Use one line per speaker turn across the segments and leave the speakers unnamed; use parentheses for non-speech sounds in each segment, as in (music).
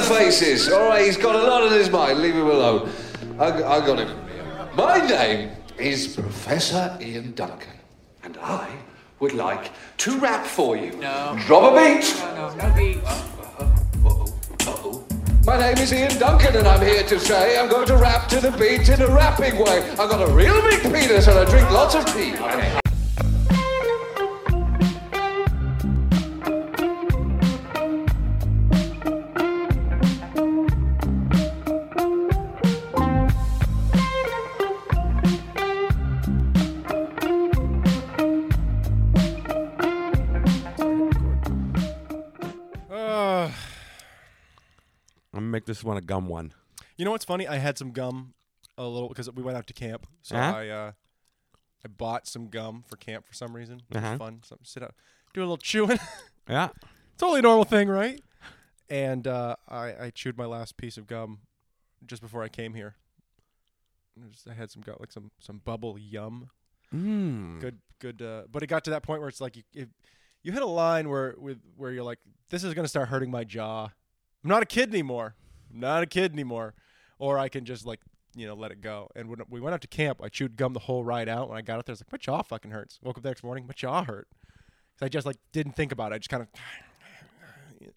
faces. All right, he's got a lot on his mind. Leave him alone. I, I got him. My name is Professor Ian Duncan, and I would like to rap for you.
No.
Drop a beat.
No, no, no beats.
Uh-oh, uh-oh. My name is Ian Duncan, and I'm here to say I'm going to rap to the beat in a rapping way. I've got a real big penis, and I drink lots of tea.
Uh,
I'm gonna make this one a gum one.
you know what's funny? I had some gum a little because we went out to camp, so
Uh-huh.
I uh, I bought some gum for camp for some reason. It
Uh-huh.
was fun. So sit out, do a little chewing. (laughs)
Yeah.
totally normal thing, right? And uh, I, I chewed my last piece of gum just before I came here. I just- I had some got like some some bubble yum,
Mm.
good good. Uh, but it got to that point where it's like you if you hit a line where with where you're like, this is gonna start hurting my jaw. I'm not a kid anymore. I'm not a kid anymore. Or I can just like you know let it go. And when we went out to camp, I chewed gum the whole ride out. When I got out there, I was like, my jaw fucking hurts. Woke up the next morning, my jaw hurt. 'Cause I just like didn't think about it. I just kind of (sighs)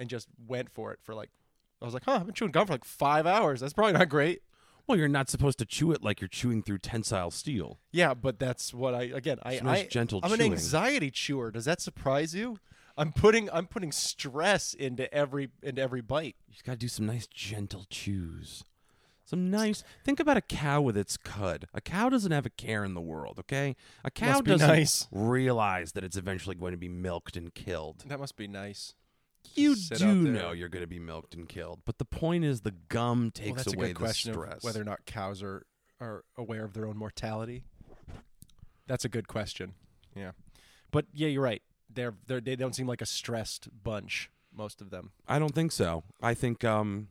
and just went for it for like. I was like, huh, I've been chewing gum for like five hours. That's probably not great.
Well, you're not supposed to chew it like you're chewing through tensile steel.
Yeah, but that's what I again. I,
It's nice
I
gentle
I'm an
chewing.
anxiety chewer. Does that surprise you? I'm putting I'm putting stress into every into every bite.
You just gotta do some nice gentle chews. Some nice. Think about a cow with its cud. A cow doesn't have a care in the world. Okay. A cow
Must be
doesn't
nice.
realize that it's eventually going to be milked and killed.
That must be nice.
You
sit out
do
there.
know you're going to be milked and killed, but the point is the gum
Well,
takes
that's a
away
good
the
question
stress.
of whether or not cows are are aware of their own mortality. That's a good question. Yeah, but yeah, you're right. They're, they're they don't seem like a stressed bunch. Most of them.
I don't think so. I think um,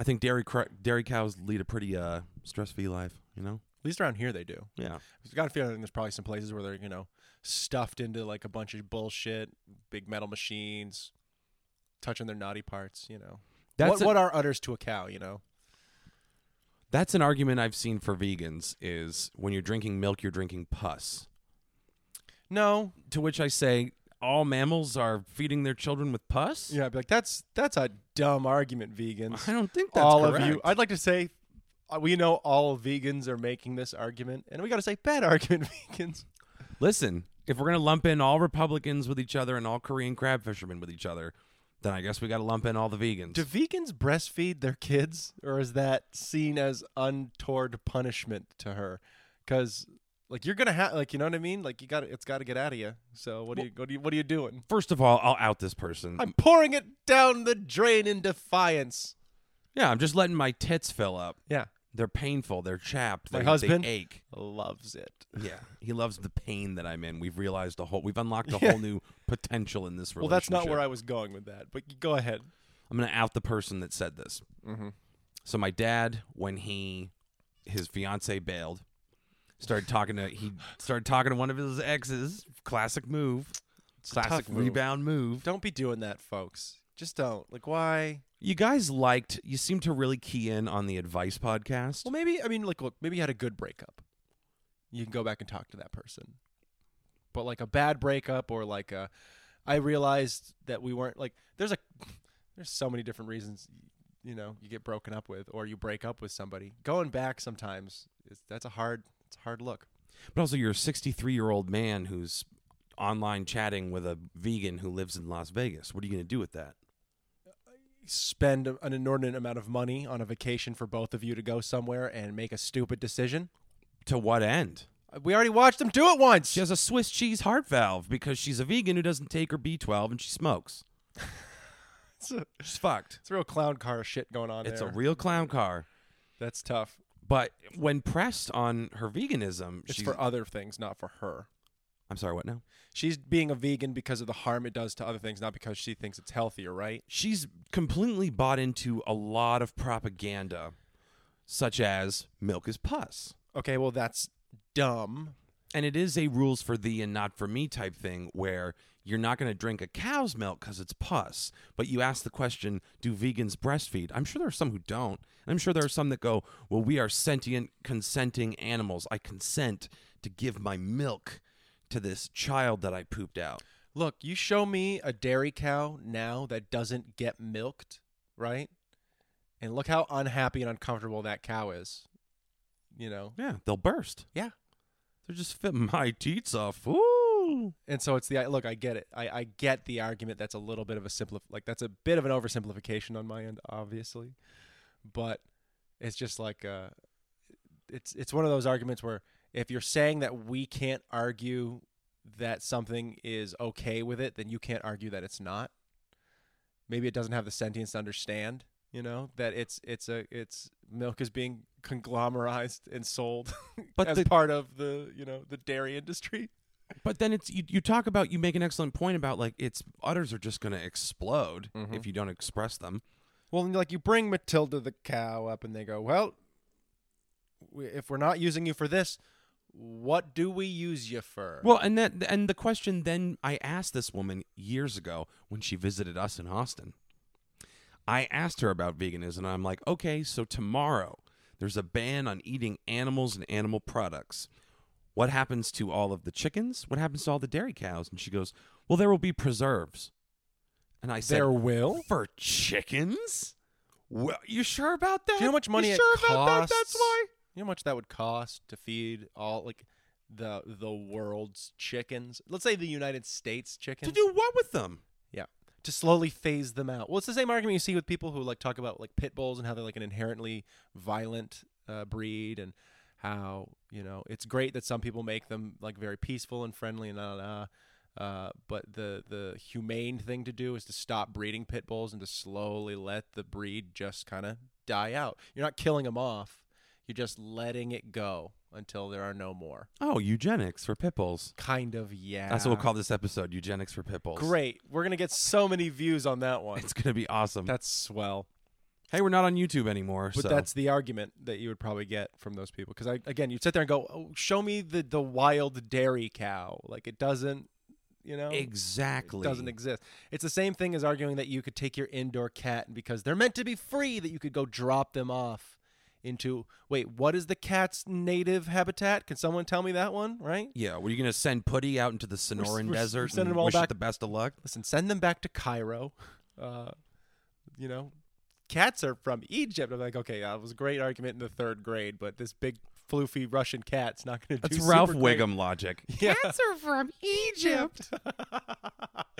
I think dairy cr- dairy cows lead a pretty uh stress-free life. You know.
At least around here they do.
Yeah.
I've got a feeling there's probably some places where they're, you know, stuffed into like a bunch of bullshit, big metal machines, touching their naughty parts, you know.
That's
what,
a-
what are udders to a cow, you know?
That's an argument I've seen for vegans is when you're drinking milk, you're drinking pus.
No.
To which I say, all mammals are feeding their children with pus.
Yeah, I'd be like, that's that's a dumb argument, vegans.
I don't think that's
all
correct.
of you. I'd like to say uh, we know all vegans are making this argument, and we got to say bad (laughs) argument, vegans.
Listen, if we're gonna lump in all Republicans with each other and all Korean crab fishermen with each other, then I guess we got to lump in all the vegans.
Do vegans breastfeed their kids, or is that seen as untoward punishment to her? Because like you're gonna have, like you know what I mean? Like you got to it's got to get out of you. So what do you what do you what are you doing?
First of all, I'll out this person.
I'm pouring it down the drain in defiance.
yeah, I'm just letting my tits fill up.
Yeah,
They're painful. They're chapped.
My
they,
husband?
they ache.
loves it.
Yeah, he loves the pain that I'm in. We've realized a whole. We've unlocked a
(laughs) Yeah.
whole new potential in this
Well,
relationship.
that's not where I was going with that. But you go ahead.
I'm gonna out the person that said this.
Mm-hmm.
So my dad, when he his fiance bailed, started talking to he started talking to one of his exes. Classic move. classic
tough move.
rebound move.
Don't be doing that, folks. Just don't. Like why?
You guys liked. You seem to really key in on the advice podcast.
Well, maybe I mean, like, look, maybe you had a good breakup. You can go back and talk to that person. But like a bad breakup, or like a, I realized that we weren't like. There's a, (laughs) there's so many different reasons, you know, you get broken up with, or you break up with somebody. Going back sometimes is that's a hard, it's a hard look.
But also, you're a 63 year old man who's online chatting with a vegan who lives in Las Vegas. What are you gonna do with that?
Spend an inordinate amount of money on a vacation for both of you to go somewhere and make a stupid decision.
To what end?
We already watched them do it once.
She has a Swiss cheese heart valve because she's a vegan who doesn't take her B12 and
(laughs)
she smokes.
it's, a,
She's fucked.
it's real clown car shit going on.
It's a
there.
real clown car.
That's tough.
But when pressed on her veganism,
It's
she's,
for other things, not for her.
I'm sorry, what now?
She's being a vegan because of the harm it does to other things, not because she thinks it's healthier, right?
She's completely bought into a lot of propaganda, such as milk is pus.
Okay, well that's dumb.
And it is a rules for thee and not for me type thing where you're not going to drink a cow's milk because it's pus. But you ask the question, do vegans breastfeed? I'm sure there are some who don't. And I'm sure there are some that go, well, we are sentient, consenting animals. I consent to give my milk to this child that I pooped out.
Look, you show me a dairy cow now that doesn't get milked, right? And look how unhappy and uncomfortable that cow is. You know?
Yeah, they'll burst.
Yeah.
They're just fitting my teats off. Ooh.
And so it's the I- look. I get it. I, I get the argument. That's a little bit of a simplif like that's a bit of an oversimplification on my end, obviously, but it's just like uh, it's it's one of those arguments where if you're saying that we can't argue that something is okay with it, then you can't argue that it's not. Maybe it doesn't have the sentience to understand, you know, that it's it's a it's milk is being conglomerized and sold (laughs)
But
as
the-
part of the you know the dairy industry.
But then it's you, you talk about you make an excellent point about like its udders are just going to explode if you don't express them.
Well, and, like you bring Matilda the cow up, and they go, "Well, we- if we're not using you for this, what do we use you for?"
Well, and that and the question then I asked this woman years ago when she visited us in Austin. I asked her about veganism. I'm like, okay, so tomorrow there's a ban on eating animals and animal products. What happens to all of the chickens? What happens to all the dairy cows? And she goes, well, there will be preserves. And I said,
there will.
for chickens? Well, you sure about that?
Do you know how much money
you
it
sure about that?
costs?
That's why.
You know how much that would cost to feed all like the the world's chickens. Let's say the United States chickens.
To do what with them?
Yeah. To slowly phase them out. Well, it's the same argument you see with people who like talk about like pit bulls and how they're like an inherently violent uh, breed and how, you know, it's great that some people make them like very peaceful and friendly and da da da. Uh, but the the humane thing to do is to stop breeding pit bulls and to slowly let the breed just kind of die out. You're not killing them off. You're just letting it go until there are no more.
Oh, eugenics for pit bulls.
Kind of, yeah.
That's what we'll call this episode, eugenics for pit bulls.
Great. We're gonna get so many views on that one.
(laughs) It's going to be awesome.
That's
(laughs)
swell.
hey, we're not on YouTube anymore,
But
so
that's the argument that you would probably get from those people. Because again, you'd sit there and go, oh, "Show me the the wild dairy cow." Like it doesn't, you know,
exactly.
it doesn't exist. It's the same thing as arguing that you could take your indoor cat and because they're meant to be free, that you could go drop them off into. Wait, what is the cat's native habitat? Can someone tell me that one? Right.
yeah, were you going to send Putty out into the Sonoran
we're- we're
desert
sending
and
them all
wish
back-
it the best of luck?
Listen, send them back to Cairo. Uh, you know, cats are from Egypt. I'm like, okay, that was a great argument in the third grade, but this big floofy Russian cat's not going to do.
That's Ralph
super great.
Wiggum logic.
(laughs) Yeah.
Cats are from Egypt.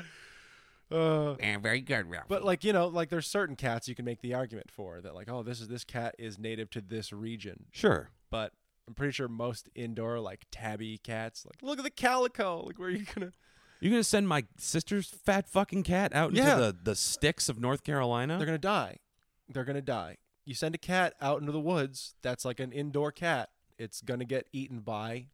(laughs) Uh,
and very good, Ralph.
but like you know, like there's certain cats you can make the argument for that, like, oh, this is this cat is native to this region.
sure.
But I'm pretty sure most indoor like tabby cats, like, look at the calico. Like, where are you gonna?
You're going to send my sister's fat fucking cat out into
Yeah.
the, the sticks of North Carolina?
They're gonna die. They're gonna die. You send a cat out into the woods. That's like an indoor cat. It's gonna get eaten by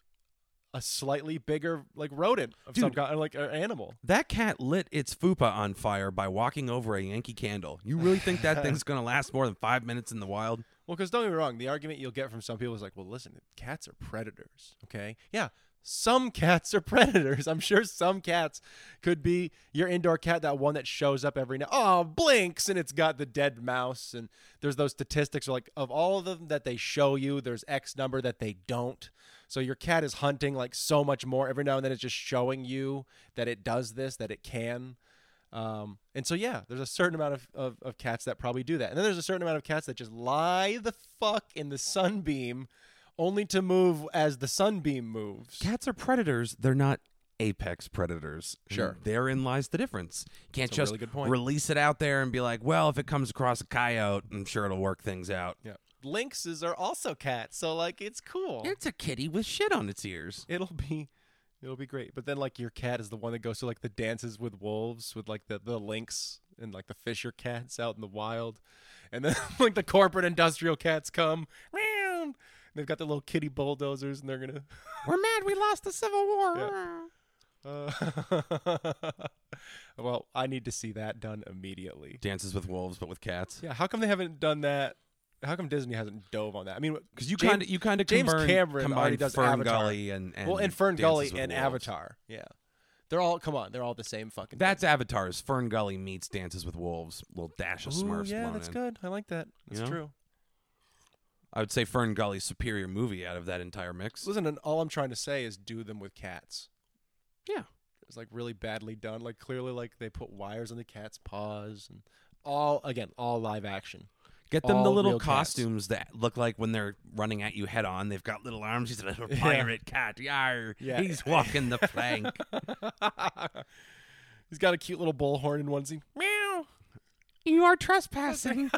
a slightly bigger like rodent of some
Dude.
kind, like an animal.
That cat lit its fupa on fire by walking over a Yankee candle. You really
(laughs)
think that thing's going to last more than five minutes in the wild?
Well, because don't get me wrong, the argument you'll get from some people is like, well, listen, cats are predators. Okay. Yeah. Some (laughs) cats are predators. I'm sure some cats could be your indoor cat, that one that shows up every now. Oh, blinks, and it's got the dead mouse. And there's those statistics like of all of them that they show you, there's X number that they don't. So your cat is hunting like so much more every now and then. It's just showing you that it does this, that it can. Um, and so yeah, there's a certain amount of, of, of cats that probably do that. And then there's a certain amount of cats that just lie the fuck in the sunbeam only to move as the sunbeam moves.
Cats are predators. They're not apex predators. And
Sure.
therein lies the difference. You can't
That's a
just
really good point.
release it out there and be like, well, if it comes across a coyote, I'm sure it'll work things out.
yeah. Lynxes are also cats, so like it's cool.
It's a kitty with shit on its ears.
It'll be it'll be great. But then like your cat is the one that goes to like the dances with wolves with like the, the lynx and like the fisher cats out in the wild. And then (laughs) like the corporate industrial cats come. Meow. They've got their little kitty bulldozers and they're gonna
We're mad we lost the Civil War.
Uh, (laughs) well, I need to see that done immediately.
Dances with wolves, but with cats.
Yeah, how come they haven't done that? How come Disney hasn't dove on that? I mean,
Because you
James-
kind of you kind of
James
combine,
Cameron already does
Fern
Avatar.
Gully and, and
well, and Fern Gully
Dances with
and
Wolves.
Avatar. Yeah, They're all come on. They're all the same fucking.
That's Avatar's Fern Gully meets Dances with Wolves. Little dash of
thing. Ooh,
Smurfs.
yeah,
blown
that's
in.
good. I like that. That's
know?
true.
I would say Fern Gully's superior movie out of that entire mix.
Listen, and all I'm trying to say is do them with cats.
Yeah.
It's like really badly done. Like clearly, like they put wires on the cat's paws and all again, all live action.
Get them the
All
little
real cats.
costumes that look like when they're running at you head on. They've got little arms. He's a
(laughs)
little pirate cat. Yar,
Yeah.
he's
(laughs)
walking the plank.
He's got a cute little bullhorn in onesie.
Meow. You are trespassing.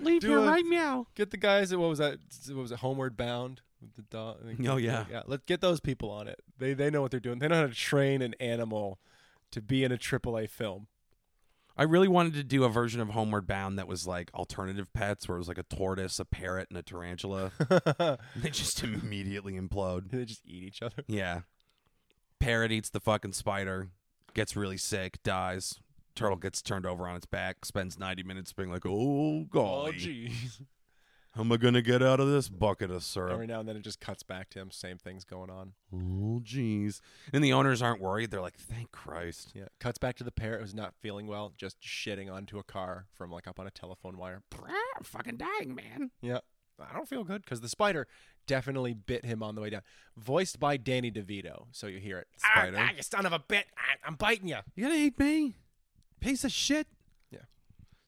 Leave
Do your a- right
meow.
Get the guys that what was that? What was it? Homeward Bound with the dog. I think-
Oh, yeah.
yeah. Let's get those people on it. They they know what they're doing. They know how to train an animal to be in a AAA film. (laughs)
I really wanted to do a version of Homeward Bound that was like alternative pets, where it was like a tortoise, a parrot, and
(laughs)
a tarantula. they just immediately implode.
they just eat each other.
Yeah. Parrot eats the fucking spider, gets really sick, dies. Turtle gets turned over on its back, spends 90 minutes being like, oh, golly.
jeez.
How am I going to get out of this bucket of syrup?
Every now and then it just cuts back to him. Same things going on.
Oh, jeez. And the owners aren't worried. They're like, thank Christ.
Yeah. Cuts back to the parrot who's not feeling well, just shitting onto a car from like up on a telephone wire.
I'm fucking dying, man.
Yeah. I don't feel good because the spider definitely bit him on the way down. Voiced by Danny DeVito. So you hear it.
Spider.
Ah, ah, you son of a bit. Ah, I'm biting you.
You gonna hate me? Piece of shit.
Yeah.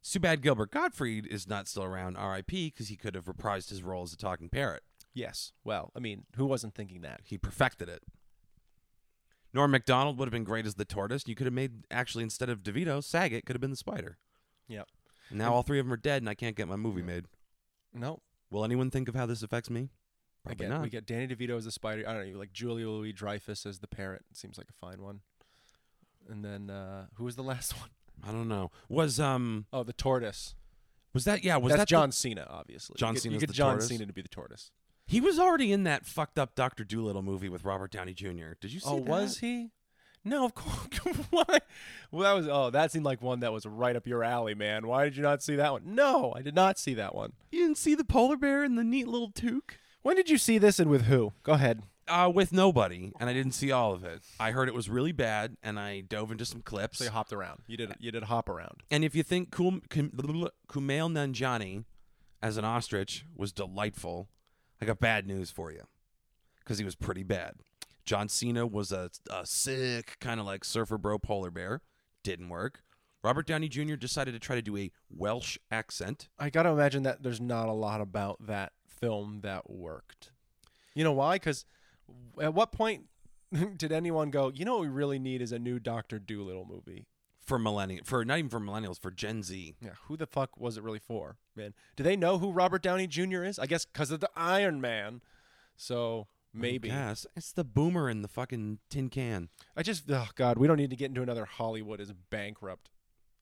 It's too bad Gilbert Gottfried is not still around RIP because he could have reprised his role as a talking parrot.
Yes. Well, I mean, who wasn't thinking that?
He perfected it. Norm MacDonald would have been great as the tortoise. You could have made, actually, instead of DeVito, Saget could have been the spider.
Yep.
And
Hmm.
now all three of them are dead and I can't get my movie made.
No.
Will anyone think of how this affects me? Probably
Again,
not.
we get Danny DeVito as the spider. I don't know, like Julia Louis Dreyfus as the parrot. Seems like a fine one. And then uh who was the last (laughs) one?
I don't know. Was um
Oh, the tortoise.
was that yeah, was
That's
that the-
John Cena, obviously.
John
you get,
Cena's
you get
the
John
tortoise?
Cena to be the tortoise.
he was already in that fucked up Doctor Doolittle movie with Robert Downey Jr. Did you see
Oh,
that?
was he? No, of course. (laughs) Why? Well, that was. Oh, that seemed like one that was right up your alley, man. Why did you not see that one? No, I did not see that one.
You didn't see the polar bear and the neat little toque?
When did you see this and with who? Go ahead.
Uh, with nobody, and I didn't see all of it. I heard it was really bad, and I dove into some clips.
So you hopped around. You did. You did hop around.
and if you think Kum- Kum- Kumail Nanjiani as an ostrich was delightful, I got bad news for you because he was pretty bad. John Cena was a, a sick, kind of like surfer bro polar bear. Didn't work. Robert Downey Jr. decided to try to do a Welsh accent.
I gotta imagine that there's not a lot about that film that worked. You know why? Because at what point (laughs) did anyone go? You know what we really need is a new Doctor Doolittle movie.
For millennial, for not even for millennials, for Gen Z.
Yeah, who the fuck was it really for, man? Do they know who Robert Downey Jr. is? I guess because of the Iron Man. So maybe.
Yes, it's the boomer in the fucking tin can.
I just, oh God, we don't need to get into another Hollywood is bankrupt.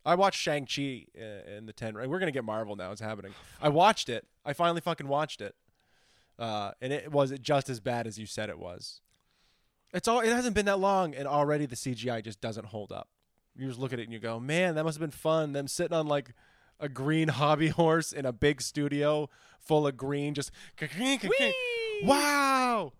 I watched Shang Chi uh, in the Ten. Right, we're gonna get Marvel now. It's happening. I watched it. I finally fucking watched it, uh, and it was just as bad as you said it was. It's all. It hasn't been that long, and already the CGI just doesn't hold up. You just look at it and you go, "Man, that must have been fun." Them sitting on like a green (laughs) hobby horse in a big studio full of green, just wow,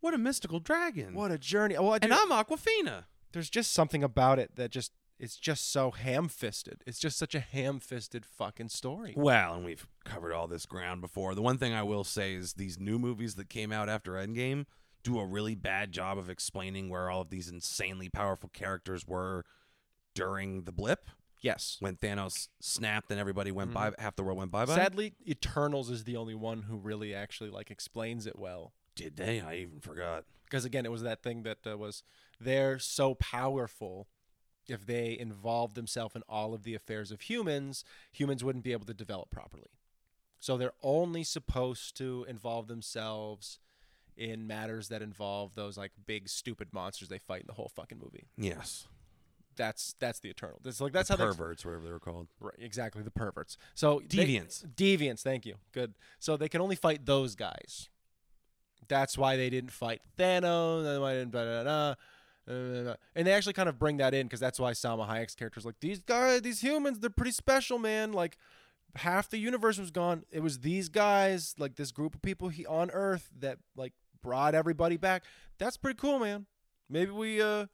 What a mystical dragon.
what a journey. Well, I
And
do-
I'm Aquafina.
there's just something about it that just it's just so ham-fisted. It's just such a ham-fisted fucking story.
Well, and we've covered all this ground before. The one thing I will say is these new movies that came out after Endgame do a really bad job of explaining where all of these insanely powerful characters were during the blip
Yes. Mm-hmm.
when Thanos snapped and everybody went by half the world went bye bye.
Sadly, Eternals is the only one who really actually like explains it well.
Did they? I even forgot.
Because again, it was that thing that uh, was they're so powerful. If they involved themselves in all of the affairs of humans, humans wouldn't be able to develop properly. So they're only supposed to involve themselves in matters that involve those like big stupid monsters they fight in the whole fucking movie.
Yes.
that's that's the eternal. That's like that's how they
Perverts, whatever they were called.
right, exactly the perverts. So they-
Deviants.
deviants. Thank you. Good. So they can only fight those guys. That's why they didn't fight Thanos. That's why they didn't blah, blah, blah, blah, blah. And they actually kind of bring that in because that's why Salma Hayek's character's like these guys, these humans, they're pretty special, man. Like half the universe was gone. It was these guys, like this group of people he, on Earth that like brought everybody back. That's pretty cool, man. maybe we uh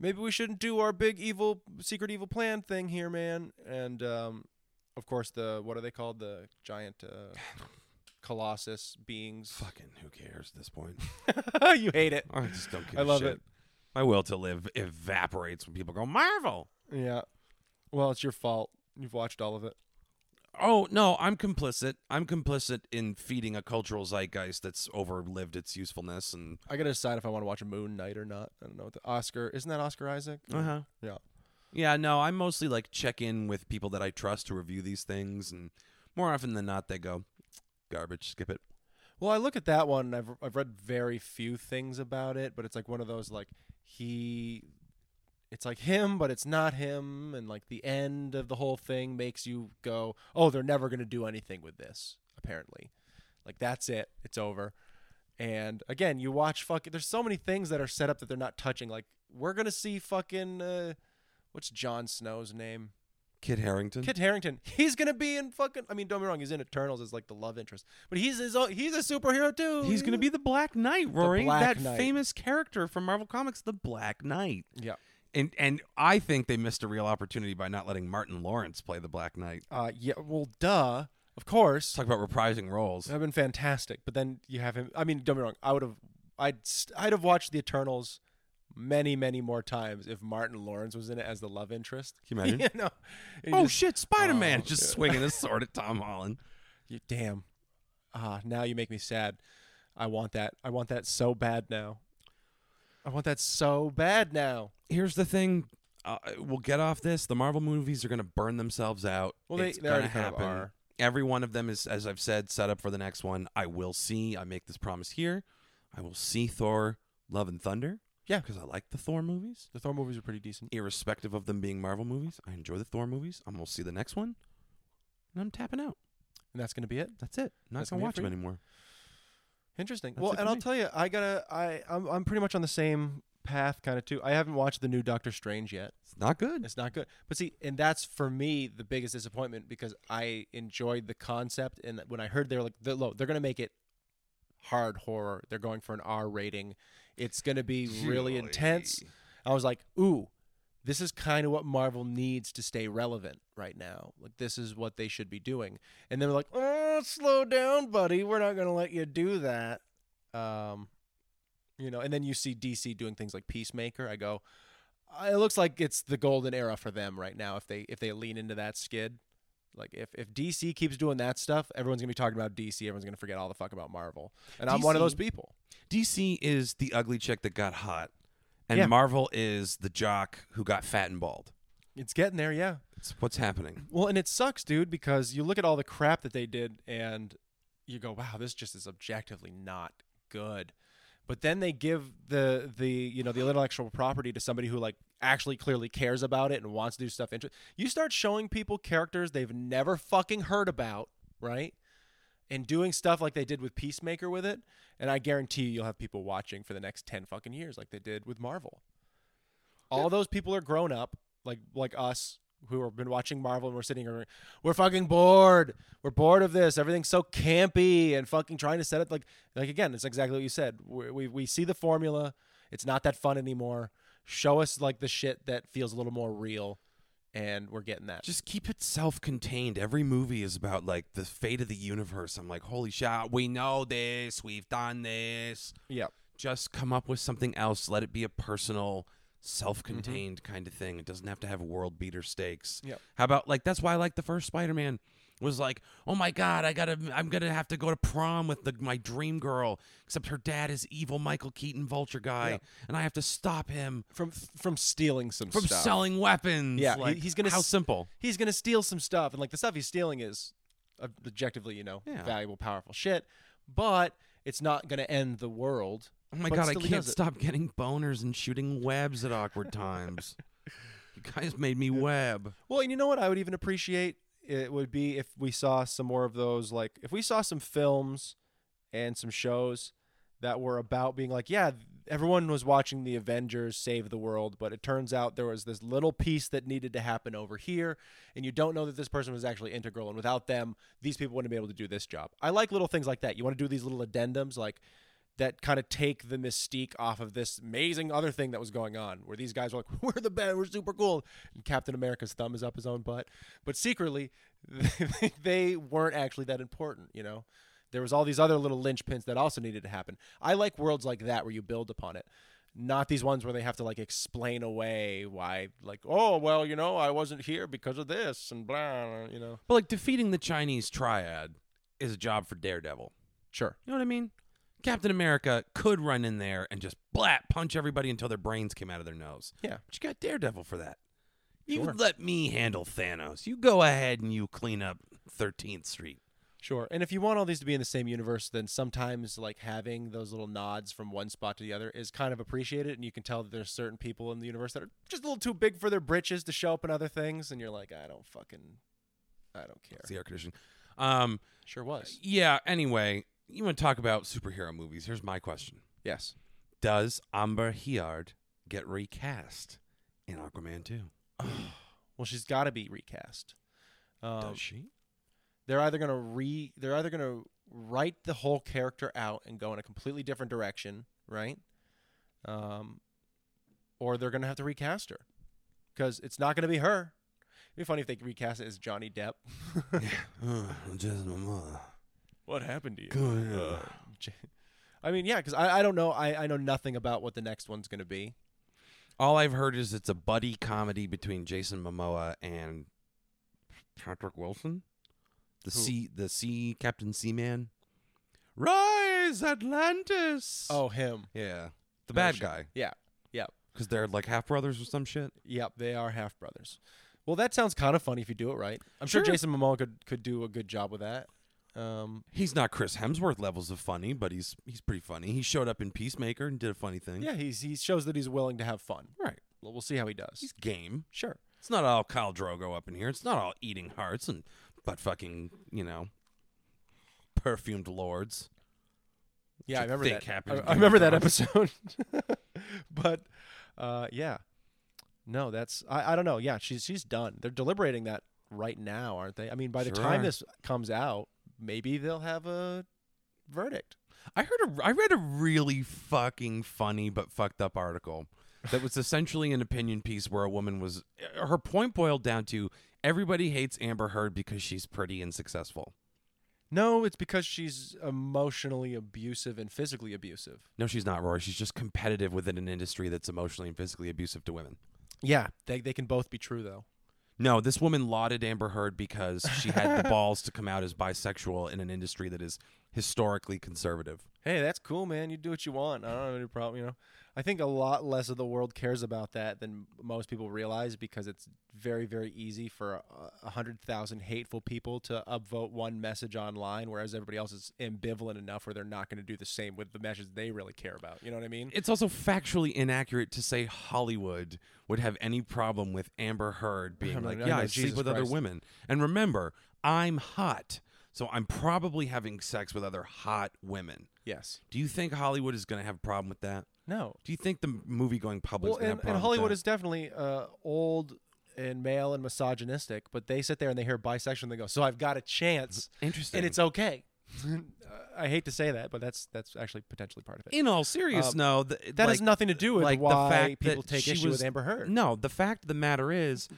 maybe we shouldn't do our big evil secret evil plan thing here, man. And um of course the what are they called? The giant uh colossus beings.
Fucking who cares at this point?
(laughs) you hate it.
I just don't give
I
a
love
shit.
it.
My will to live evaporates when people go Marvel.
Yeah. Well, it's your fault. You've watched all of it.
Oh no, I'm complicit. I'm complicit in feeding a cultural zeitgeist that's overlived its usefulness and
I gotta decide if I want to watch a Moon Knight or not. I don't know. What the Oscar isn't that Oscar Isaac?
uh-huh.
Yeah.
Yeah, no, I mostly like check in with people that I trust to review these things and more often than not they go garbage, skip it.
Well, I look at that one. And I've I've read very few things about it, but it's like one of those like he, it's like him, but it's not him, and like the end of the whole thing makes you go, oh, they're never gonna do anything with this. Apparently, like that's it. It's over. And again, you watch fucking. There's so many things that are set up that they're not touching. Like we're gonna see fucking. Uh, what's Jon Snow's name?
Kid Harrington.
Kit Harrington, he's gonna be in fucking. I mean, don't be wrong, he's in Eternals as like the love interest, but he's his own, he's a superhero too.
He's gonna be the Black Knight, Rory.
Black
that
Knight.
famous character from Marvel Comics, the Black Knight.
yeah.
And and I think they missed a real opportunity by not letting Martin Lawrence play the Black Knight.
Uh, yeah. Well, duh. Of course,
Talk about reprising roles.
that've been fantastic. But then you have him. I mean, don't be wrong. I would have. I'd st- I'd have watched the Eternals many many more times if Martin Lawrence was in it as the love interest.
Can you
(laughs)
imagine?
you know. And you
oh
just-
shit, Spider Man
Oh,
just
shit. (laughs)
swinging his sword at Tom Holland.
you- damn. Ah, now you make me sad. I want that. I want that so bad now. I want that so bad now.
Here's the thing. Uh, we'll get off this. The Marvel movies are going to burn themselves out.
Well, they-
it's
they
gonna
already kind of
happen.
are.
Every one of them is, as I've said, set up for the next one. I will see. I make this promise here. I will see Thor: Love and Thunder.
Yeah.
because I like the Thor movies.
The Thor movies are pretty decent.
Irrespective of them being Marvel movies, I enjoy the Thor movies. I'm gonna see the next one, and I'm tapping out.
And that's going to be it.
That's it. Not
That's gonna
gonna
be it
watch
for
them
you?
anymore.
Interesting.
That's
well,
it
and
for
I'll
me.
tell you, I gotta, I, I'm, I'm pretty much on the same path, kind of too. I haven't watched the new Doctor Strange yet.
It's not good.
It's not good. But see, and that's for me the biggest disappointment because I enjoyed the concept, and when I heard they're like, they're, look, they're going to make it hard horror. They're going for an R rating. It's going to be really intense. I was like, ooh, this is kind of what Marvel needs to stay relevant right now. Like, this is what they should be doing. And then they're like, oh, slow down, buddy. We're not going to let you do that. Um, you know, and then you see DC doing things like Peacemaker. I go, "Uh, it looks like it's the golden era for them right now. If they if they lean into that skid, like if if DC keeps doing that stuff, everyone's gonna be talking about DC. Everyone's gonna forget all the fuck about Marvel. And I'm one of
DC
those people.
DC is the ugly chick that got hot, and
Yeah.
Marvel is the jock who got fat and bald.
It's getting there, yeah.
It's what's happening.
Well, and it sucks, dude, because you look at all the crap that they did and you go, "Wow, this just is objectively not good." But then they give the the you know the intellectual property to somebody who like actually clearly cares about it and wants to do stuff. Inter- you start showing people characters they've never fucking heard about, right? And doing stuff like they did with Peacemaker with it, and I guarantee you, you'll have people watching for the next ten fucking years, like they did with Marvel. All those people are grown up, like like us who have been watching Marvel and we're sitting here, we're fucking bored. We're bored of this. Everything's so campy and fucking trying to set it like like again. It's exactly what you said. We we, we see the formula. It's not that fun anymore. Show us like the shit that feels a little more real, and we're getting that.
Just keep it self-contained. Every movie is about like the fate of the universe. I'm like, holy shit, we know this. We've done this.
yeah.
Just come up with something else. Let it be a personal, self-contained kind of thing. It doesn't have to have world beater stakes.
Mm-hmm. Yep.
How about like that's why I like the first Spider-Man. Was like, oh my god, I gotta, I'm gonna have to go to prom with the, my dream girl. Except her dad is evil Michael Keaton vulture guy,
Yeah.
and I have to stop him
From from stealing some
from
stuff.
selling weapons.
Yeah, he-
like,
he's gonna
how
s-
simple.
he's gonna steal some stuff, and like the stuff he's stealing is objectively, you know,
Yeah.
valuable, powerful shit. But it's not gonna end the world.
Oh my
but
god, I
still he
can't
does it.
stop getting boners and shooting webs at awkward (laughs) times. you guys made me web.
Well, and you know what I would even appreciate it would be if we saw some more of those like if we saw some films and some shows that were about being like, yeah, everyone was watching the Avengers save the world, but it turns out there was this little piece that needed to happen over here and you don't know that this person was actually integral and without them, these people wouldn't be able to do this job. I like little things like that. You want to do these little addendums like that kind of take the mystique off of this amazing other thing that was going on, where these guys were like, (laughs) "We're the best, we're super cool," and Captain America's thumb is up his own butt, but secretly, (laughs) they weren't actually that important, you know. There was all these other little linchpins that also needed to happen. I like worlds like that where you build upon it, not these ones where they have to like explain away why, like, oh well, you know, I wasn't here because of this and blah, you know.
But like defeating the Chinese triad is a job for Daredevil.
Sure.
You know what I mean? Captain America could run in there and just blat punch everybody until their brains came out of their nose.
Yeah.
But you got Daredevil for that. You
Sure.
let me handle Thanos. You go ahead and you clean up 13th Street.
Sure. And if you want all these to be in the same universe, then sometimes like having those little nods from one spot to the other is kind of appreciated and you can tell that there's certain people in the universe that are just a little too big for their britches to show up in other things and you're like, I don't fucking I don't care.
It's the air conditioning. Um,
Sure was.
yeah, anyway, you want to talk about superhero movies. Here's my question.
Yes.
Does Amber Heard get recast in Aquaman 2?
Well, she's got to be recast. Um, (sighs)
Does she?
they're either going to re they're either going to write the whole character out and go in a completely different direction, right? Um, or they're going to have to recast her because it's not going to be her. It'd be funny if they recast it as Johnny Depp.
(laughs)
(laughs)
just my mother.
what happened to you? Uh,
Good.
(laughs) I mean, yeah, because I, I don't know. I, I know nothing about what the next one's going to be.
All I've heard is it's a buddy comedy between Jason Momoa and Patrick Wilson, the
Who?
sea, the sea Captain Seaman. Rise, Atlantis!
Oh, him.
yeah, the
No
bad
shit.
guy,
Yeah. Yep.
because they're like half brothers or some shit.
Yep. They are half brothers. Well, that sounds kind of funny if you do it right. I'm sure,
Sure.
Jason Momoa could, could do a good job with that. Um,
He's not Chris Hemsworth levels of funny, but he's he's pretty funny. He showed up in Peacemaker and did a funny thing.
Yeah, he's he shows that he's willing to have fun.
right.
Well, we'll see how he does.
He's game.
sure.
It's not all Kyle Drogo up in here. It's not all eating hearts and butt fucking, you know, perfumed lords.
Yeah, I
Which I
remember
think
that.
happened
I,
to
I remember that
Game of
episode. (laughs) but uh, yeah, no, that's I, I don't know. Yeah, she's she's done. They're deliberating that right now, aren't they? I mean, by the
Sure
time
are.
this comes out, maybe they'll have a verdict.
I heard a, I read a really fucking funny but fucked up article that was essentially an opinion piece where a woman was her point boiled down to everybody hates Amber Heard because she's pretty and successful.
No, it's because she's emotionally abusive and physically abusive.
No, she's not, Rory. She's just competitive within an industry that's emotionally and physically abusive to women.
Yeah, they they can both be true though.
No, this woman lauded Amber Heard because she
(laughs)
had the balls to come out as bisexual in an industry that is historically conservative.
hey, that's cool, man. You do what you want. I don't have any problem. You know, I think a lot less of the world cares about that than most people realize because it's very, very easy for uh, a hundred thousand hateful people to upvote one message online, whereas everybody else is ambivalent enough where they're not going to do the same with the message they really care about. You know what I mean?
It's also factually inaccurate to say Hollywood would have any problem with Amber Heard being
I mean,
like,
I know,
"Yeah, I
Jesus
sleep with other
Christ.
women." And remember, I'm hot, so I'm probably having sex with other hot women.
Yes.
Do you think Hollywood is going to have a problem with that?
No.
Do you think the movie going public
Well,
is going to have
and,
a
and
problem?
Hollywood
with
is definitely uh, old and male and misogynistic, but they sit there and they hear bisexual and they go, "So I've got a chance,
that? interesting.
and it's (laughs) okay." Uh, I hate to say that, but that's that's actually potentially part of it.
in all seriousness,
um,
no, th-
That
like,
has nothing to do with
like
why
the fact
people
that
take
she
issue
was-
with Amber Heard.
No, the fact of the matter is,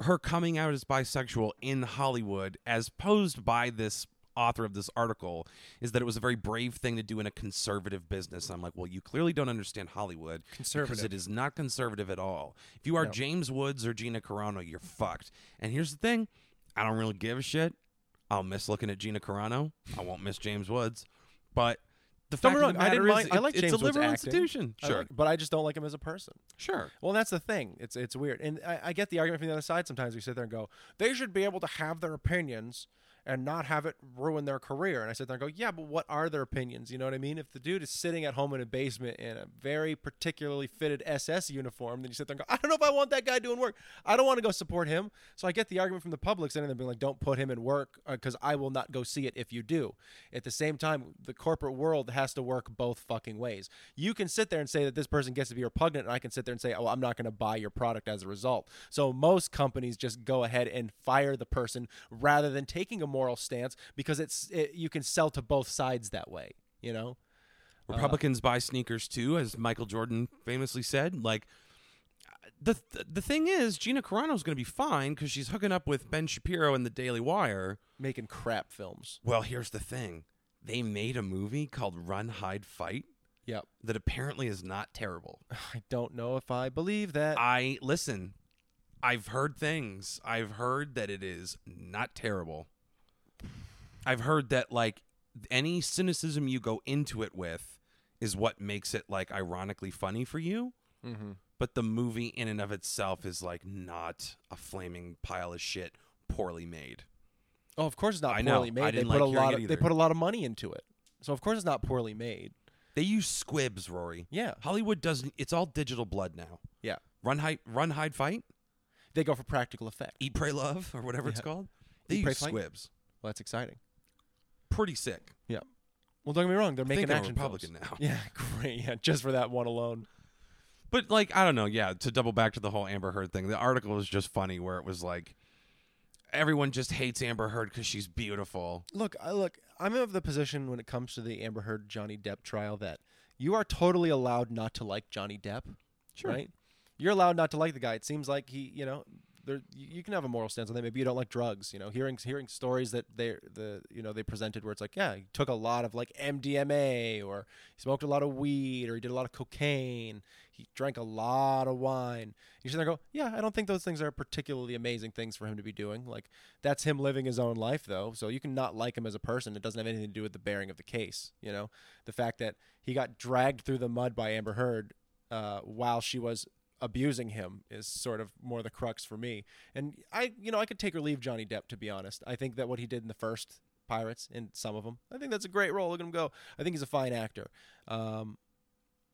her coming out as bisexual in Hollywood, as posed by this author of this article, is that it was a very brave thing to do in a conservative business. I'm like, well, you clearly don't understand Hollywood because
Conservative.
it is not conservative at all. If you are James Woods or Gina Carano, you're fucked. And here's the thing, I don't really give a shit. I'll miss looking at Gina Carano. I won't miss James Woods, but. The
Don't get
fact
me
of
wrong.
the
I
matter
didn't
is,
mind. I
it-
like James
it's a liberal
Woods acting.
institution.
I
Sure,
like- but I just don't like him as a person.
sure.
Well, that's the thing. It's it's weird, and I, I get the argument from the other side. Sometimes we sit there and go, they should be able to have their opinions and not have it ruin their career. And I sit there and go, yeah, but what are their opinions? You know what I mean? If the dude is sitting at home in a basement in a very particularly fitted SS uniform, then you sit there and go, I don't know if I want that guy doing work. I don't want to go support him. So I get the argument from the public sitting there being like, don't put him in work because I will not go see it if you do. At the same time, the corporate world has to work both fucking ways. You can sit there and say that this person gets to be repugnant, and I can sit there and say, oh, I'm not going to buy your product as a result. So most companies just go ahead and fire the person rather than taking a moral stance because it's it, you can sell to both sides that way, you know?
Republicans buy sneakers too, as Michael Jordan famously said. Like the th- the thing is, Gina Carano's going to be fine because she's hooking up with Ben Shapiro and the Daily Wire.
making crap films. (sighs)
Well, here's the thing: they made a movie called Run, Hide, Fight
Yep.
that apparently is not terrible.
I don't know if I believe that.
I listen. I've heard things. I've heard that it is not terrible. I've heard that like any cynicism you go into it with is what makes it like ironically funny for you.
Mm-hmm.
But the movie in and of itself is like not a flaming pile of shit, poorly made.
oh, of course it's not
I know.
poorly
I
made. They
didn't
put
like
a
hearing
lot
it
of they
either.
put a lot of money into it. So of course it's not poorly made.
They use squibs, Rory.
Yeah.
Hollywood doesn't. It's all digital blood now.
Yeah.
Run, hide, run, hide, fight,
They go for practical effect.
eat, pray, love, or whatever it's
Yeah.
called. They
Eat,
use
pray, fight?
squibs.
Well, that's exciting.
Pretty sick.
Yeah. Well, don't get me wrong. They're
think
making
I'm
action
Republican
films.
now.
(laughs) Yeah, great. Yeah, just for that one alone.
But like, I don't know. Yeah, to double back to the whole Amber Heard thing, the article was just funny where it was like, everyone just hates Amber Heard because she's beautiful.
Look, I look. I'm of the position when it comes to the Amber Heard Johnny Depp trial that you are totally allowed not to like Johnny Depp.
Sure.
Right. You're allowed not to like the guy. It seems like he, you know, there you you can have a moral stance on that. Maybe you don't like drugs. You know, hearing hearing stories that they the you know they presented where it's like, yeah, he took a lot of like MDMA or he smoked a lot of weed or he did a lot of cocaine. He drank a lot of wine. You sit there and go, yeah, I don't think those things are particularly amazing things for him to be doing. Like that's him living his own life though. So you can not like him as a person. It doesn't have anything to do with the bearing of the case. You know, the fact that he got dragged through the mud by Amber Heard uh, while she was abusing him is sort of more the crux for me. And I, you know, I could take or leave Johnny Depp to be honest. I think that what he did in the first Pirates and some of them, I think that's a great role. Look at him go. I think he's a fine actor. Um,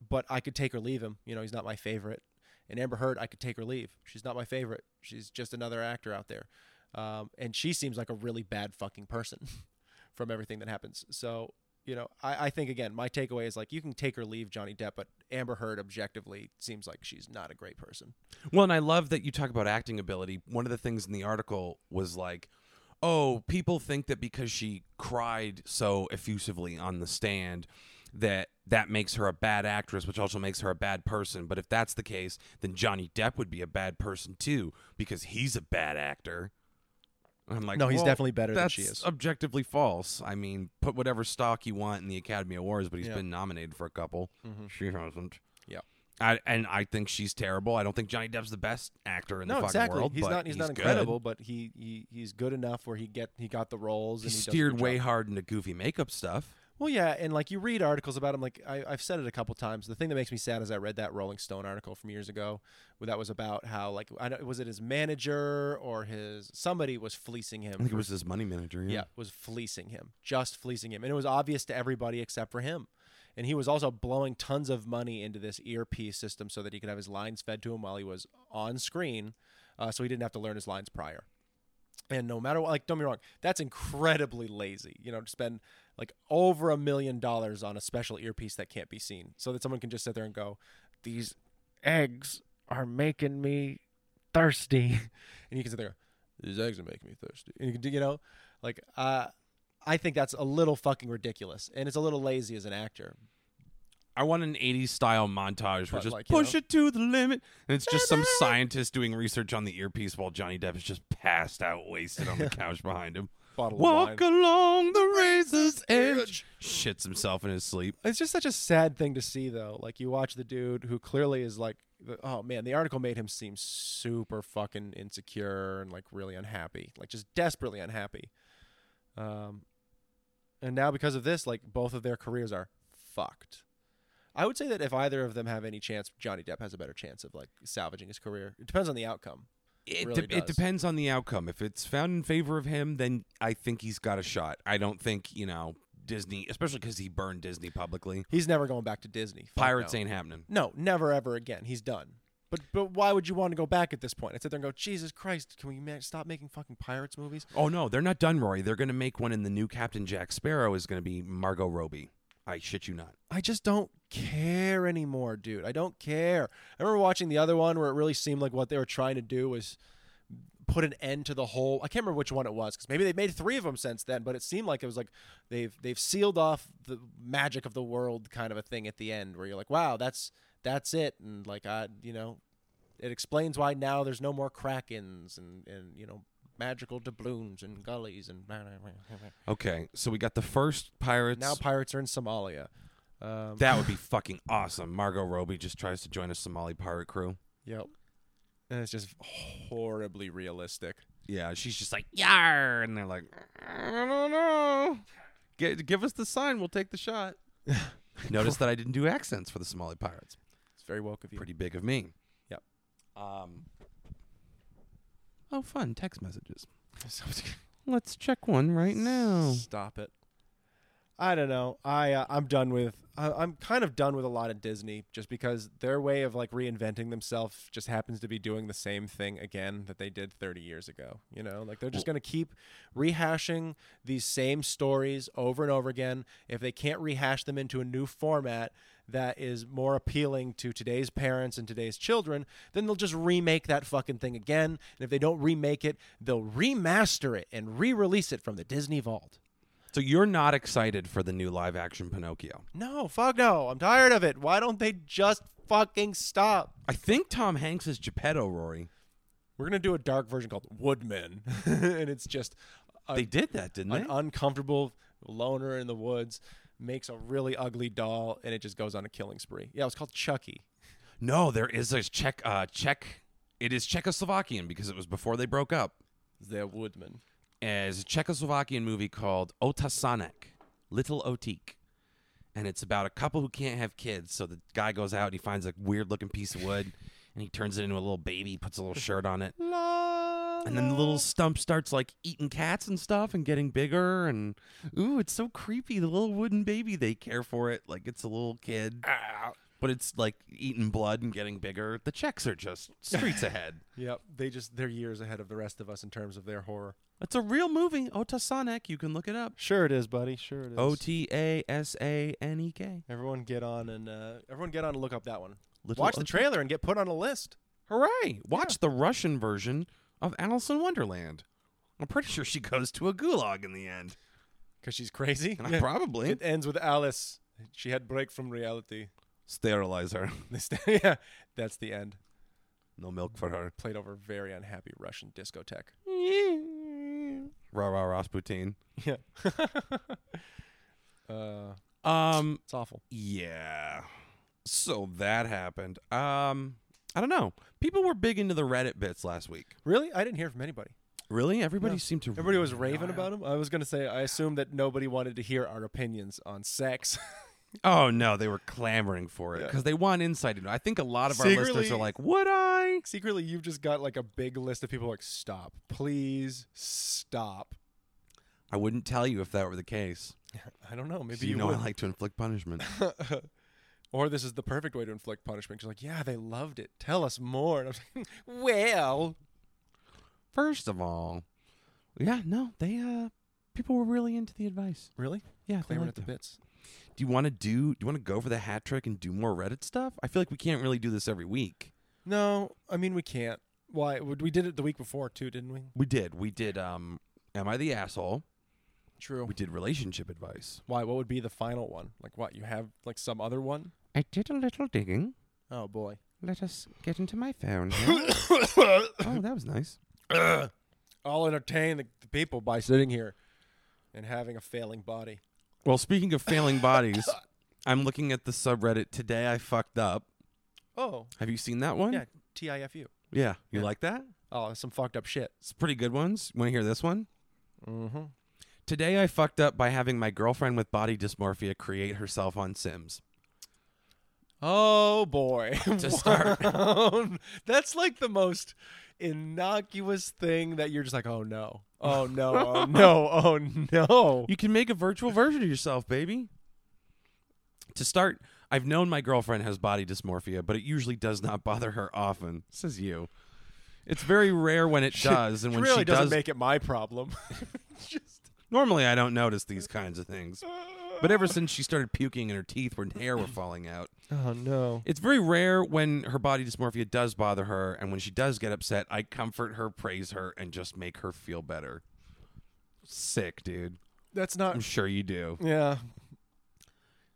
but I could take or leave him. You know, he's not my favorite. And Amber Heard, I could take or leave. She's not my favorite. She's just another actor out there. Um, and she seems like a really bad fucking person (laughs) from everything that happens. So, you know, I, I think, again, my takeaway is like you can take or leave Johnny Depp, but Amber Heard objectively seems like she's not a great person.
Well, and I love that you talk about acting ability. One of the things in the article was like, oh, people think that because she cried so effusively on the stand that that makes her a bad actress, which also makes her a bad person. But if that's the case, then Johnny Depp would be a bad person too because he's a bad actor. And I'm like,
No, he's
well,
definitely better than she
that's
is.
Objectively false. I mean, put whatever stock you want in the Academy Awards, but he's
Yeah. Mm-hmm.
been nominated for a couple. She hasn't.
Yeah.
I, and I think she's terrible. I don't think Johnny Depp's the best actor in the
No,
fucking
exactly.
world.
he's
but
not. He's, not
good.
incredible, but he, he he's good enough where he get he got the roles.
He
and he does a
steered
good
way
job.
hard into goofy makeup stuff.
Well, yeah, and like you read articles about him. Like I, I've said it a couple times. The thing that makes me sad is I read that Rolling Stone article from years ago, where that was about how like I don't, was it his manager or his somebody was fleecing him.
I think it
for-
was his money manager.
yeah, was fleecing him, just fleecing him, and it was obvious to everybody except for him. And he was also blowing tons of money into this earpiece system so that he could have his lines fed to him while he was on screen, uh, so he didn't have to learn his lines prior. And no matter what, like, don't be wrong, that's incredibly lazy, you know, to spend like over a million dollars on a special earpiece that can't be seen so that someone can just sit there and go, these eggs are making me thirsty. (laughs) And you can sit there, these eggs are making me thirsty. And you can do, you know, like, uh, I think that's a little fucking ridiculous. And it's a little lazy as an actor.
I want an 80s style montage where
But,
just
like, you
push
know-
it to the limit. And it's just some scientist doing research on the earpiece while Johnny Depp is just passed out, wasted on
(laughs)
the couch behind him.
Bottle of
Walk
wine.
along the razor's edge. Shits himself in his sleep.
It's just such a sad thing to see, though. Like, you watch the dude who clearly is like, oh man, the article made him seem super fucking insecure and like really unhappy, like just desperately unhappy. Um, and now because of this, like both of their careers are fucked. I would say that if either of them have any chance, Johnny Depp has a better chance of like salvaging his career. It depends on the outcome.
It,
really
de- it
does.
depends on the outcome. If it's found in favor of him, then I think he's got a shot. I don't think you know Disney, especially because he burned Disney publicly.
He's never going back to Disney. Fuck
Pirates
no.
ain't happening.
No, never ever again. He's done. But but why would you want to go back at this point? I sit there and go, Jesus Christ, can we ma- stop making fucking pirates movies?
Oh no, they're not done, Rory. They're gonna make one, and the new Captain Jack Sparrow is gonna be Margot Robbie. I shit you not.
I just don't care anymore, dude. I don't care. I remember watching the other one where it really seemed like what they were trying to do was put an end to the whole. I can't remember which one it was because maybe they've made three of them since then. But it seemed like it was like they've they've sealed off the magic of the world kind of a thing at the end where you're like, wow, that's that's it, and like I, you know, it explains why now there's no more krakens and and you know magical doubloons and gullies and
Okay, so we got the first pirates.
now pirates are in Somalia. Um,
that would be fucking awesome. Margot Robbie just tries to join a Somali pirate crew.
yep, and it's just horribly realistic.
Yeah, she's just like yar, and they're like, I don't know. Get, give us the sign, we'll take the shot. (laughs) Notice that I didn't do accents for the Somali pirates.
It's very woke of you. (laughs)
Pretty big of me.
Yep.
Um. Oh, fun text messages. Let's check one right now.
Stop it. I don't know. I uh, I'm done with. I, I'm kind of done with a lot of Disney, just because their way of like reinventing themselves just happens to be doing the same thing again that they did 30 years ago. You know, like they're just going to keep rehashing these same stories over and over again. If they can't rehash them into a new format that is more appealing to today's parents and today's children, then they'll just remake that fucking thing again. And if they don't remake it, they'll remaster it and re-release it from the Disney vault.
So you're not excited for the new live action Pinocchio?
No, fuck no. I'm tired of it. Why don't they just fucking stop?
I think Tom Hanks is Geppetto, Rory.
We're gonna do a dark version called Woodman, (laughs) and it's just a,
They did that, didn't
an
they?
uncomfortable loner in the woods makes a really ugly doll, and it just goes on a killing spree. Yeah, it was called Chucky.
no, there is a Czech. Uh, Czech. It is Czechoslovakian because it was before they broke up.
The Woodman.
is a Czechoslovakian movie called Otasanek, Little Otik. And it's about a couple who can't have kids. So the guy goes out and he finds a weird looking piece of wood (laughs) and he turns it into a little baby, puts a little shirt on it. And then the little stump starts like eating cats and stuff and getting bigger. And ooh, it's so creepy. The little wooden baby, they care for it like it's a little kid. But it's like eating blood and getting bigger. The Czechs are just streets ahead.
Yep, they just they're years ahead of the rest of us in terms of their horror.
It's a real movie, Otasanek. You can look it up.
Sure it is, buddy. Sure it is.
O T A S A N E K.
everyone get on and uh, everyone get on and look up that one.
Little
Watch the
Otik.
trailer and get put on a list.
E Hooray! Watch the Russian version of Alice in Wonderland. I'm pretty sure she goes to a gulag in the end.
Cause she's crazy.
And
(laughs)
I probably
It ends with Alice. She had break from reality. (laughs)
sterilize her.
They st- yeah, that's the end.
No milk for her.
Played over very unhappy Russian discotheque.
Rah rah Rasputin.
Yeah. uh,
Um.
it's awful.
Yeah. So that happened. Um. I don't know. People were big into the Reddit bits last week.
Really? I didn't hear from anybody.
Really? Everybody
No.
seemed to.
Everybody was raving about him. I was going to say, I assume that nobody wanted to hear our opinions on sex. (laughs)
Oh no, they were clamoring for it
Yeah.
because they want insight. into it. I think a lot of our listeners
Secretly-
are like, "Would I?"
Secretly, you've just got like a big list of people like, stop. Please stop.
I wouldn't tell you if that were the case.
I don't know. Maybe
you,
you,
know
would.
I like to inflict punishment. (laughs)
or this is the perfect way to inflict punishment. She's like, yeah, they loved it. Tell us more. (laughs) And I was like, well.
First of all, yeah, no, they uh people were really into the advice.
Really?
Yeah, they
Clamoring at
liked
the
it.
bits.
Do you want to do? Do you want to go for the hat trick and do more Reddit stuff? I feel like we can't really do this every week.
No, I mean we can't. Why? would- We did it the week before too, didn't we?
We did. We did. Um, am I the asshole?
True.
We did relationship advice.
Why? What would be the final one? Like what? You have like some other one?
I did a little digging.
Oh (laughs) boy.
Let us get into my phone. (laughs) oh, that was nice.
I'll entertain the, the people by sitting here and having a failing body.
Well, speaking
(laughs)
of failing bodies, I'm looking at the subreddit today. I fucked up.
Oh
Have you seen that one?
yeah, TIFU.
Yeah. You
Yeah.
like that?
Oh, that's some fucked up shit.
It's pretty good ones. Want to hear this one?
Mm-hmm.
Today I fucked up by having my girlfriend with body dysmorphia create herself on Sims.
Oh (laughs) boy.
To start.
Wow. that's like the most innocuous thing that you're just like, oh no, oh (laughs) no, oh no, oh no.
You can make a virtual version of yourself, baby. To start, I've known my girlfriend has body dysmorphia, but it usually does not (laughs) bother her often. Says you. It's very rare when it does, and
She
when
really
she
doesn't (laughs)
does,
make it my problem. Just
normally I don't notice these kinds of things. But ever since she started puking and her teeth and hair were falling out,
Oh no.
it's very rare when her body dysmorphia does bother her, and when she does get upset, I comfort her, praise her, and just make her feel better. Sick, dude.
That's not
I'm sure you do.
Yeah.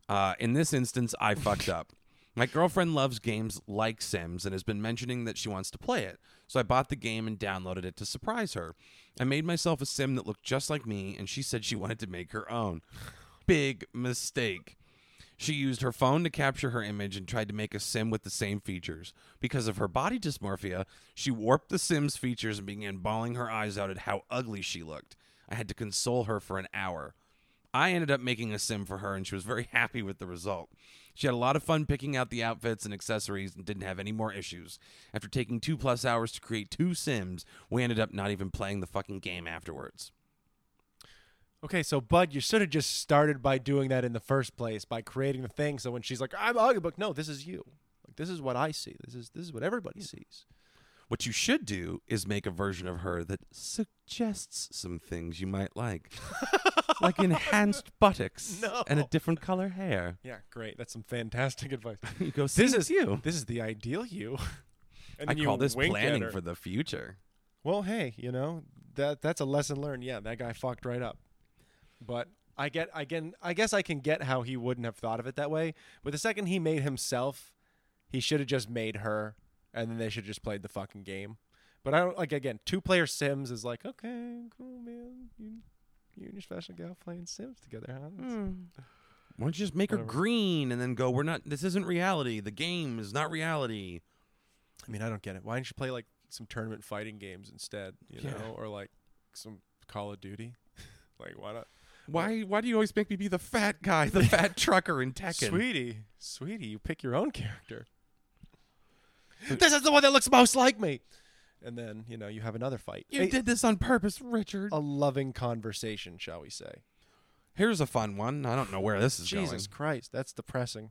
Uh, in this instance, I fucked up. My girlfriend loves games like Sims and has been mentioning that she wants to play it, so I bought the game and downloaded it to surprise her. I made myself a sim that looked just like me, and she said she wanted to make her own. Big mistake. She used her phone to capture her image and tried to make a sim with the same features. Because of her body dysmorphia, she warped the sim's features and began bawling her eyes out at how ugly she looked. I had to console her for an hour. I ended up making a sim for her, and she was very (laughs) happy with the result. She had a lot of fun picking out the outfits and accessories and didn't have any more issues. After taking two plus hours to create two sims, we ended up not even playing the fucking game afterwards.
Okay, so Bud, you should have just started by doing that in the first place by creating the thing. So when she's like, "I'm ugly," but no, this is you. Like this is what I see. This is this is what everybody
Hmm.
sees.
What you should do is make a version of her that suggests some things you
(laughs)
might like, like enhanced buttocks and a
No.
different color hair. (laughs)
Yeah, great. That's some fantastic (laughs) advice.
You go,
this
"See,
is (laughs)
you."
This is the ideal
(laughs)
you. And
I
then you
call this
wink at
planning
her.
for the future.
Well, hey, you know that that's a lesson learned. Yeah, that guy fucked right up. But I get, I can, I guess I can get how he wouldn't have thought of it that way. But the second he made himself, he should have just made her, and then they should have just played the fucking game. But I don't like again. Two player Sims is like okay, cool man. You, you and your special gal playing Sims together, huh? That's-
Why don't you just make her
Whatever.
green and then go, we're not, this isn't reality. The game is not reality.
I mean, I don't get it. Why don't you play like some tournament fighting games instead? You
Yeah.
know, or like some Call of Duty. (laughs) like why not?
Why, why do you always make me be the fat guy,
(laughs)
the fat trucker in Tekken?
Sweetie, sweetie, you pick your own character. (laughs) this is the one that looks most like me. And then, you know, you have another fight.
You
a,
did this on purpose, Richard.
a loving conversation, shall we say.
Here's a fun one. I don't know where this is going.
Jesus Christ, that's depressing.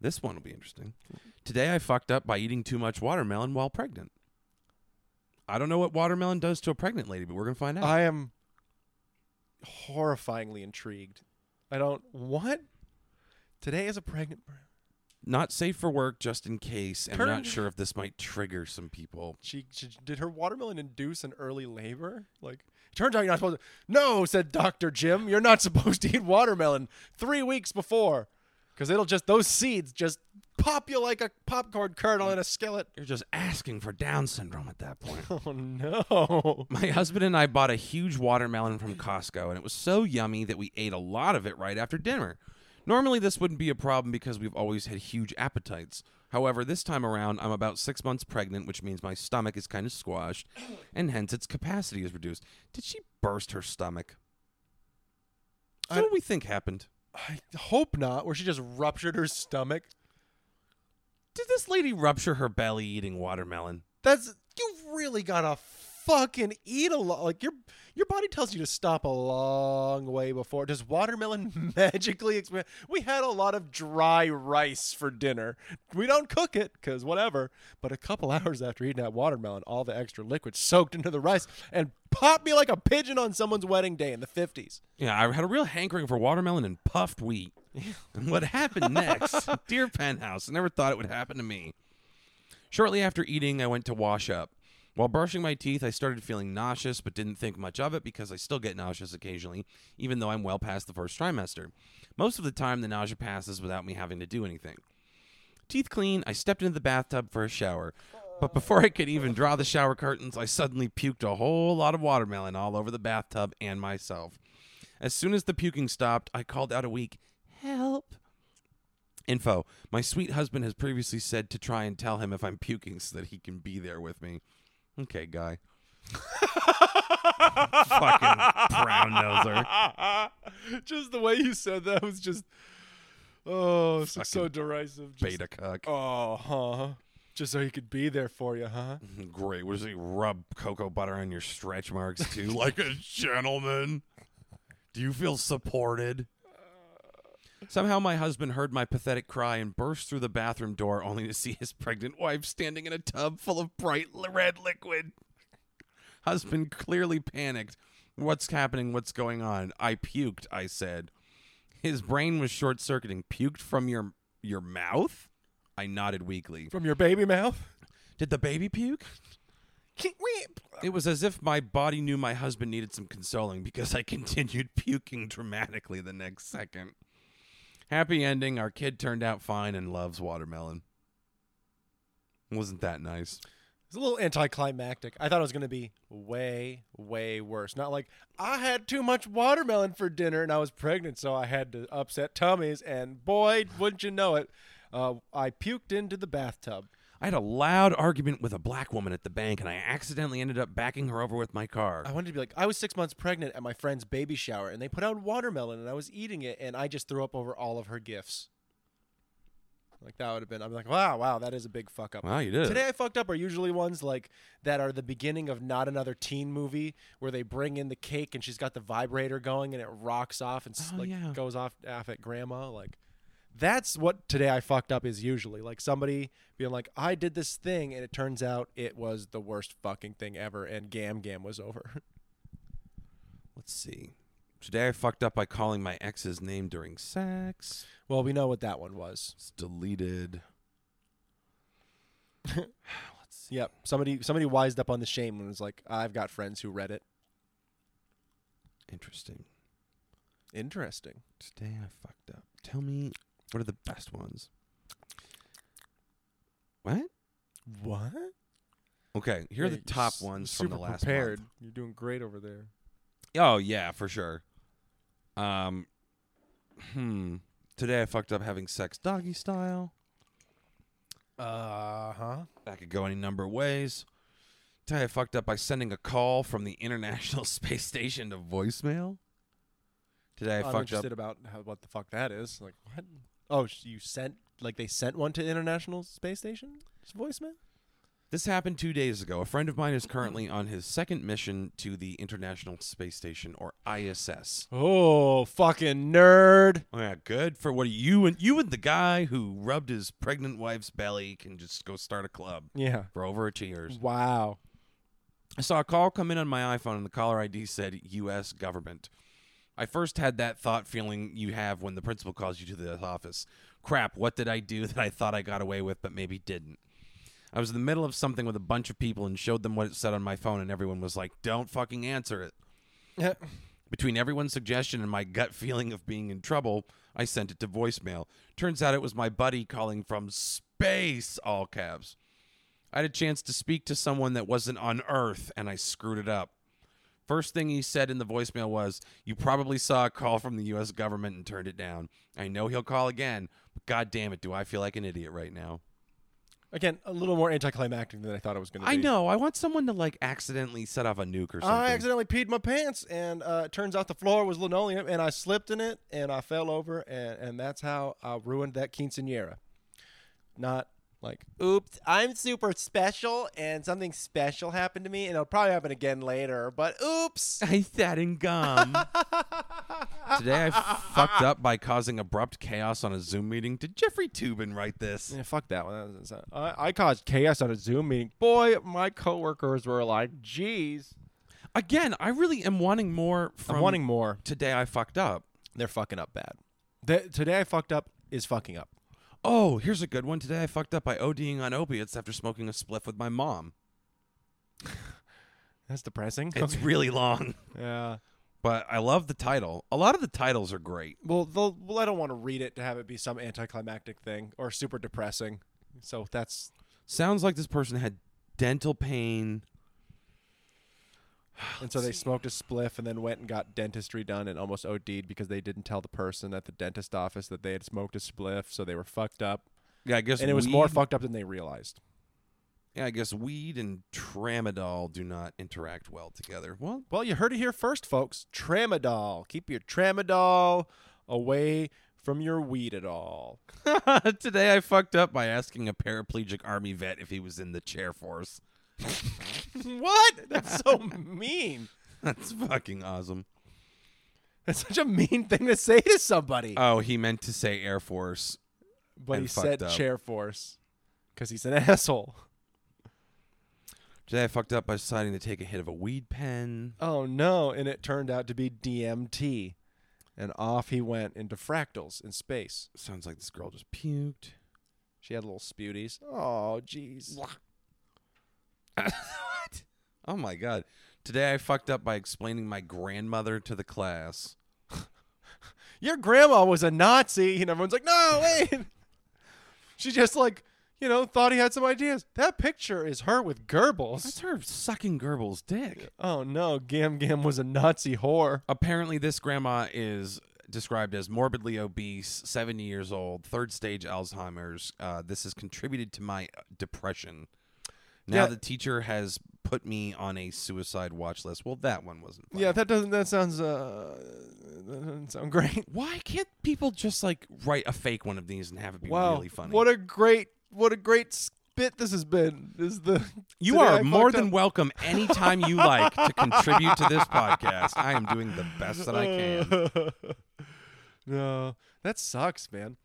This one will be interesting. Today I fucked up by eating too much watermelon while pregnant. I don't know what watermelon does to a pregnant lady, but we're going to find out.
I am horrifyingly intrigued. I don't what? Today is a pregnant br-
not safe for work just in case. and I'm
Turn-
not sure if this might trigger some people.
she, she did her watermelon induce an early labor? Like turns out you're not supposed to No, said Dr. Jim, you're not (laughs) supposed to eat watermelon 3 weeks before cuz it'll just those seeds just pop you like a popcorn kernel in a skillet.
You're just asking for Down syndrome at
(laughs)
that point.
Oh no.
My husband and I bought a huge watermelon from Costco, and it was so yummy that we ate a lot of it right after dinner. Normally, this wouldn't be a problem because we've always had huge appetites. However, this time around, I'm about six months pregnant, which means my stomach is kind of squashed, and hence its capacity is reduced. Did she burst her stomach? That's
I-
what do we think happened?
I hope not where she just ruptured her stomach.
Did this lady rupture her belly eating watermelon?
That's you really got to fucking eat a lot like your your body tells you to stop a long way before does watermelon (laughs) magically expand we had a lot of dry rice for dinner we don't cook it because whatever but a couple (laughs) hours after eating that watermelon all the extra liquid soaked into the rice and popped me like a pigeon on someone's wedding day in the 50s
Yeah, I had a real hankering for watermelon and puffed wheat. (laughs) And what happened next? Dear Penthouse, I never thought it would happen to me. Shortly after eating, I went to wash up. While brushing my teeth, I started feeling nauseous, but didn't think much of it because I still get nauseous occasionally, even though I'm well past the first trimester. Most of the time, the nausea passes without me having to do anything. Teeth clean, I stepped into the bathtub for a shower. But before I could even draw the shower curtains, I suddenly puked a whole lot of watermelon all over the bathtub and myself. As soon as the puking stopped, I called out a weak, Help! Info. My sweet husband has previously said to try and tell him if I'm puking so that he can be there with me. Okay, guy. (laughs) Fucking brown noser.
(laughs) just the way you said that was just oh so, so
Fucking
derisive just,
Beta cuck.
oh huh just so he could be there for you huh
Great. What does he rub cocoa butter on your stretch marks too? (laughs) like a gentleman. Do you feel supported? Somehow my husband heard my pathetic cry and burst through the bathroom door only to see his pregnant wife standing in a tub full of bright l- red liquid. Husband clearly panicked. What's happening? What's going on? I puked, I said. His brain was short circuiting. Puked from your your mouth. I nodded weakly.
From your baby mouth?
Did the baby puke? It was as if my body knew my husband needed some consoling because I (laughs) continued puking dramatically the next second. Happy ending. Our kid turned out fine and loves watermelon. Wasn't that nice?
It's a little anticlimactic. I thought it was going to be way, way worse. Not like I had too much watermelon for dinner and I was pregnant, so I had to upset tummies. And boy, wouldn't you know it, uh, I puked into the bathtub.
I had a loud argument with a black woman at the bank and I accidentally ended up backing her over with my car.
I wanted to be like, I was six months pregnant at my friend's baby shower, and they put out watermelon, and I was eating it, and I just threw up over all of her gifts. Like that would have been. I'm like, wow, wow, that is a big fuck up.
Wow, you did. it.
Today I fucked up are usually ones like that are the beginning of not another teen movie where they bring in the cake and she's got the vibrator going and it rocks off and s
Oh,
like
yeah.
goes off off at grandma like that's what today I fucked up is usually like somebody being like I did this thing and it turns out it was the worst fucking thing ever and gam gam was over. (laughs)
Let's see. Today I fucked up by calling my ex's name during sex.
well, we know what that one was.
It's
(laughs)
deleted. Let's see.
Yep. Somebody somebody wised up on the shame and was like I've got friends who read it.
Interesting.
Interesting.
Today I fucked up. Tell me what are the best ones? What?
What?
Okay, here are the top ones from the last month.
You're doing great over there.
Oh yeah, for sure. Um, hmm. Today I fucked up having sex doggy style.
Uh huh.
That could go any number of ways. Today I fucked up by sending a call from the International (laughs) Space Station to voicemail. Today
(laughs)
I
I'm
fucked up.
interested about how, what the fuck that is. Like what? Oh, sh- you sent like they sent one to International Space Station It's voicemail.
This happened two days ago. A friend of mine is currently on his second mission to the International Space Station, or ISS.
Oh, fucking nerd!
Oh, yeah, good for what you and you and the guy who rubbed his pregnant wife's belly can just go start a club
Yeah.
for overachievers.
Wow.
I saw a call come in on my iPhone, and the caller ID said U.S. government. I first had that thought feeling you have when the principal calls you to the office. Crap, what did I do (laughs) that I thought I got away with but maybe didn't? I was in the middle of something with a bunch of people and showed them what it said on my phone, and everyone was like, don't fucking answer it. Between everyone's suggestion and my gut (laughs) feeling of being in trouble, I sent it to voicemail. Turns out it was my buddy calling from space, all caps. I had a chance to speak to someone that wasn't on Earth, and I screwed it up. First thing he said in the voicemail was, You probably saw a call from the U.S. government and turned it down. I know he'll call again, but god damn it, do I feel like an idiot right now.
Again, a little more anticlimactic than I thought it was going to be.
I know. I want someone to, like, accidentally set off a nuke or something.
I
(laughs)
accidentally peed my pants, and uh, it turns out the floor was linoleum, and I slipped in it, and I fell over, and, and that's how I ruined that quinceanera. Not like, oops, I'm super special, and something special happened to me, and it'll probably happen again later, but oops.
I sat in (laughs) gum. Today I fucked up by causing abrupt chaos on a Zoom meeting. Did Jeffrey Tubin write this?
(laughs) Yeah, fuck that one. That was insane. I, I caused chaos on a Zoom meeting. Boy, my coworkers were like, geez.
Again, I really am wanting more from
I'm wanting more.
Today I fucked up.
They're fucking up bad. The, today I fucked up is fucking up.
Oh, here's a good one. Today I fucked up by ODing on opiates after smoking a spliff with my mom.
That's depressing.
It's really long,
(laughs)
(laughs)
yeah.
but I love the title. A lot of the titles are great.
Well, they'll, well, I don't want to read it to have it be some anticlimactic thing or super depressing. So that's
Sounds like this person had dental pain.
and so they smoked a spliff and then went and got dentistry done and almost OD'd because they didn't tell the person at the dentist office that they had smoked a spliff, so they were fucked up.
Yeah, I guess
And it was more
weed-
fucked up than they realized.
Yeah, I guess weed and tramadol do not interact well together. Well, (laughs)
Well, you heard it here first, folks. Tramadol. Keep your tramadol away from your weed at all. (laughs)
Today I fucked up by asking a paraplegic army vet if he was in the chair force. (laughs)
what? That's so mean.
That's fucking awesome.
That's such a mean thing to say to somebody.
Oh, he meant to say air force.
but he
and fucked
said
up.
chair force because he's an (laughs) asshole.
Today I fucked up by deciding to take a hit of a weed pen.
Oh no! And it turned out to be DMT, and off he went into fractals in space.
Sounds like this girl just puked.
She had little sputies. Oh, jeez.
(laughs) what? Oh my god. Today I fucked up by explaining my grandmother to the class.
Your grandma was a Nazi, and everyone's like, (laughs) "No, wait." she just like, you know, thought he had some ideas. That picture is her with Goebbels.
That's her sucking Goebbels' dick.
Oh no, Gam Gam was a Nazi whore.
Apparently, this grandma is described as morbidly obese, 70 years old, third stage Alzheimer's. Uh, this has contributed to my uh, depression. Now
Yeah.
the teacher has put me on a suicide watch list. Well, that one wasn't. Funny.
Yeah, that doesn't. That sounds. Uh, that doesn't sound (laughs) great.
Why can't people just like write a fake one of these and have it be
Wow,
really funny?
what a great, what a great spit this has been. This Is the
you
Today I
are
fucked
more than
up.
welcome anytime (laughs) you like to contribute to this podcast. I am doing the best that I can.
(laughs) no, that sucks, man.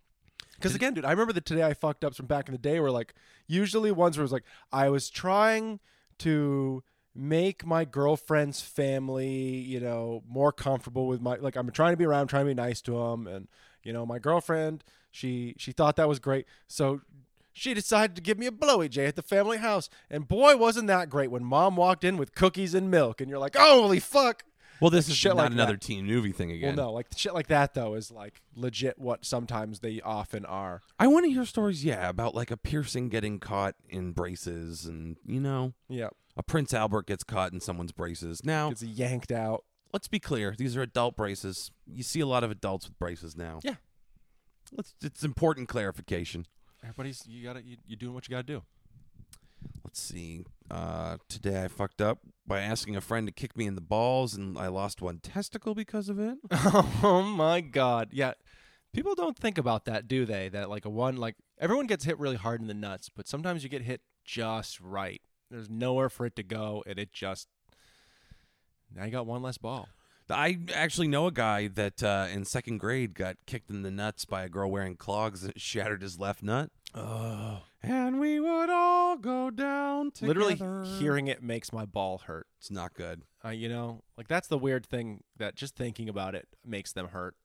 Because again, dude, I remember the today I fucked ups from back in the day where like usually ones where it was like I was trying to make my girlfriend's family, you know, more comfortable with my like I'm trying to be around, trying to be nice to them, and you know, my girlfriend she she thought that was great, so. She decided to give me a blowy J at the family house, and boy, wasn't that great when mom walked in with cookies and milk, and you're like, "Holy fuck!"
(laughs) Well, this is
Shit
not
like
another
that.
teen movie thing again.
Well, no, like shit like that though is like legit what sometimes they often are.
I want to hear stories, yeah, about like a piercing getting caught in braces, and you know,
Yeah, Oh.
a Prince Albert gets caught in someone's braces. Now,
it's yanked out.
let's be clear; these are adult braces. You see a lot of adults with braces now.
Yeah.
let's. It's important clarification.
Everybody's you gotta you, you're doing what you gotta (laughs) do.
Let's see. Uh, today I fucked up by asking a friend to kick me in the balls, and I lost one testicle because of it.
oh my god, yeah. People don't think about that, do they? That like a one like everyone gets hit really hard in the nuts, but sometimes you get hit just right. There's nowhere for it to go, and it just now you got one less ball.
I actually know a guy that uh, in second grade got kicked in the nuts by a girl wearing clogs that (laughs) shattered his left nut.
Oh,
And we would all go down together.
literally hearing it makes my ball hurt.
It's not good.
Uh, you know, like that's the weird thing that just thinking about it makes them hurt.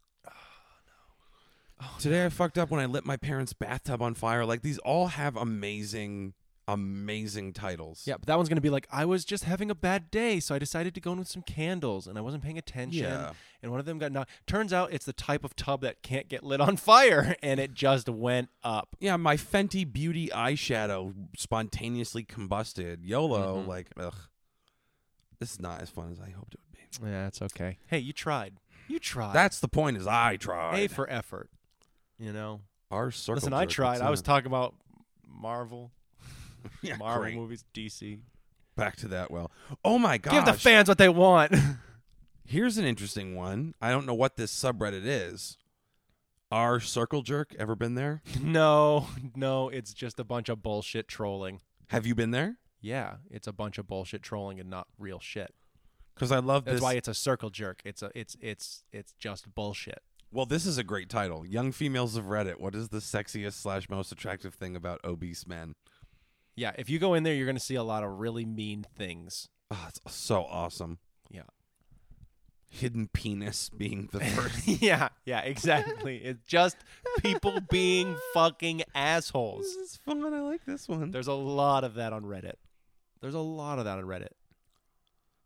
Today I fucked up when I lit my parents' bathtub on fire. Like these all have amazing, amazing titles.
Yeah, but that one's gonna be like, I was just having a bad day, so I decided to go in with some candles, and I wasn't paying attention.
Yeah.
And one of them got knocked. Turns out it's the type of tub that can't get lit on (laughs) fire, and it just went up.
Yeah, my Fenty Beauty eyeshadow spontaneously combusted. YOLO.
Mm-hmm.
Like, ugh. This is not as fun as I hoped it would be.
Yeah, that's okay. Hey, you tried. You tried.
That's the point. Is I tried.
a for effort. You know.
Our circle.
Listen, I
jerk,
tried.
what's
I was
that?
talking about Marvel,
(laughs) Yeah,
Marvel
great.
movies, DC.
Back to that. Well, oh my gosh.
Give the fans what they want. (laughs)
Here's an interesting one. I don't know what this subreddit is. Our circle jerk ever been there?
no, no, it's just a bunch of bullshit trolling.
Have you been there?
Yeah, it's a bunch of bullshit trolling and not real shit.
Because I love
That's
this.
why it's a circle jerk. It's a it's it's it's just bullshit.
well, this is a great title. Young females of Reddit. What is the sexiest slash most attractive thing about obese men?
Yeah, if you go in there, you're gonna see a lot of really mean things. (laughs)
Oh, it's so awesome.
Yeah.
Hidden penis being
(laughs)
the first.
yeah, yeah,
(laughs)
exactly. it's just people being fucking
this
assholes.
is fun. I like this one.
There's a lot of that on Reddit. There's a lot of that on Reddit.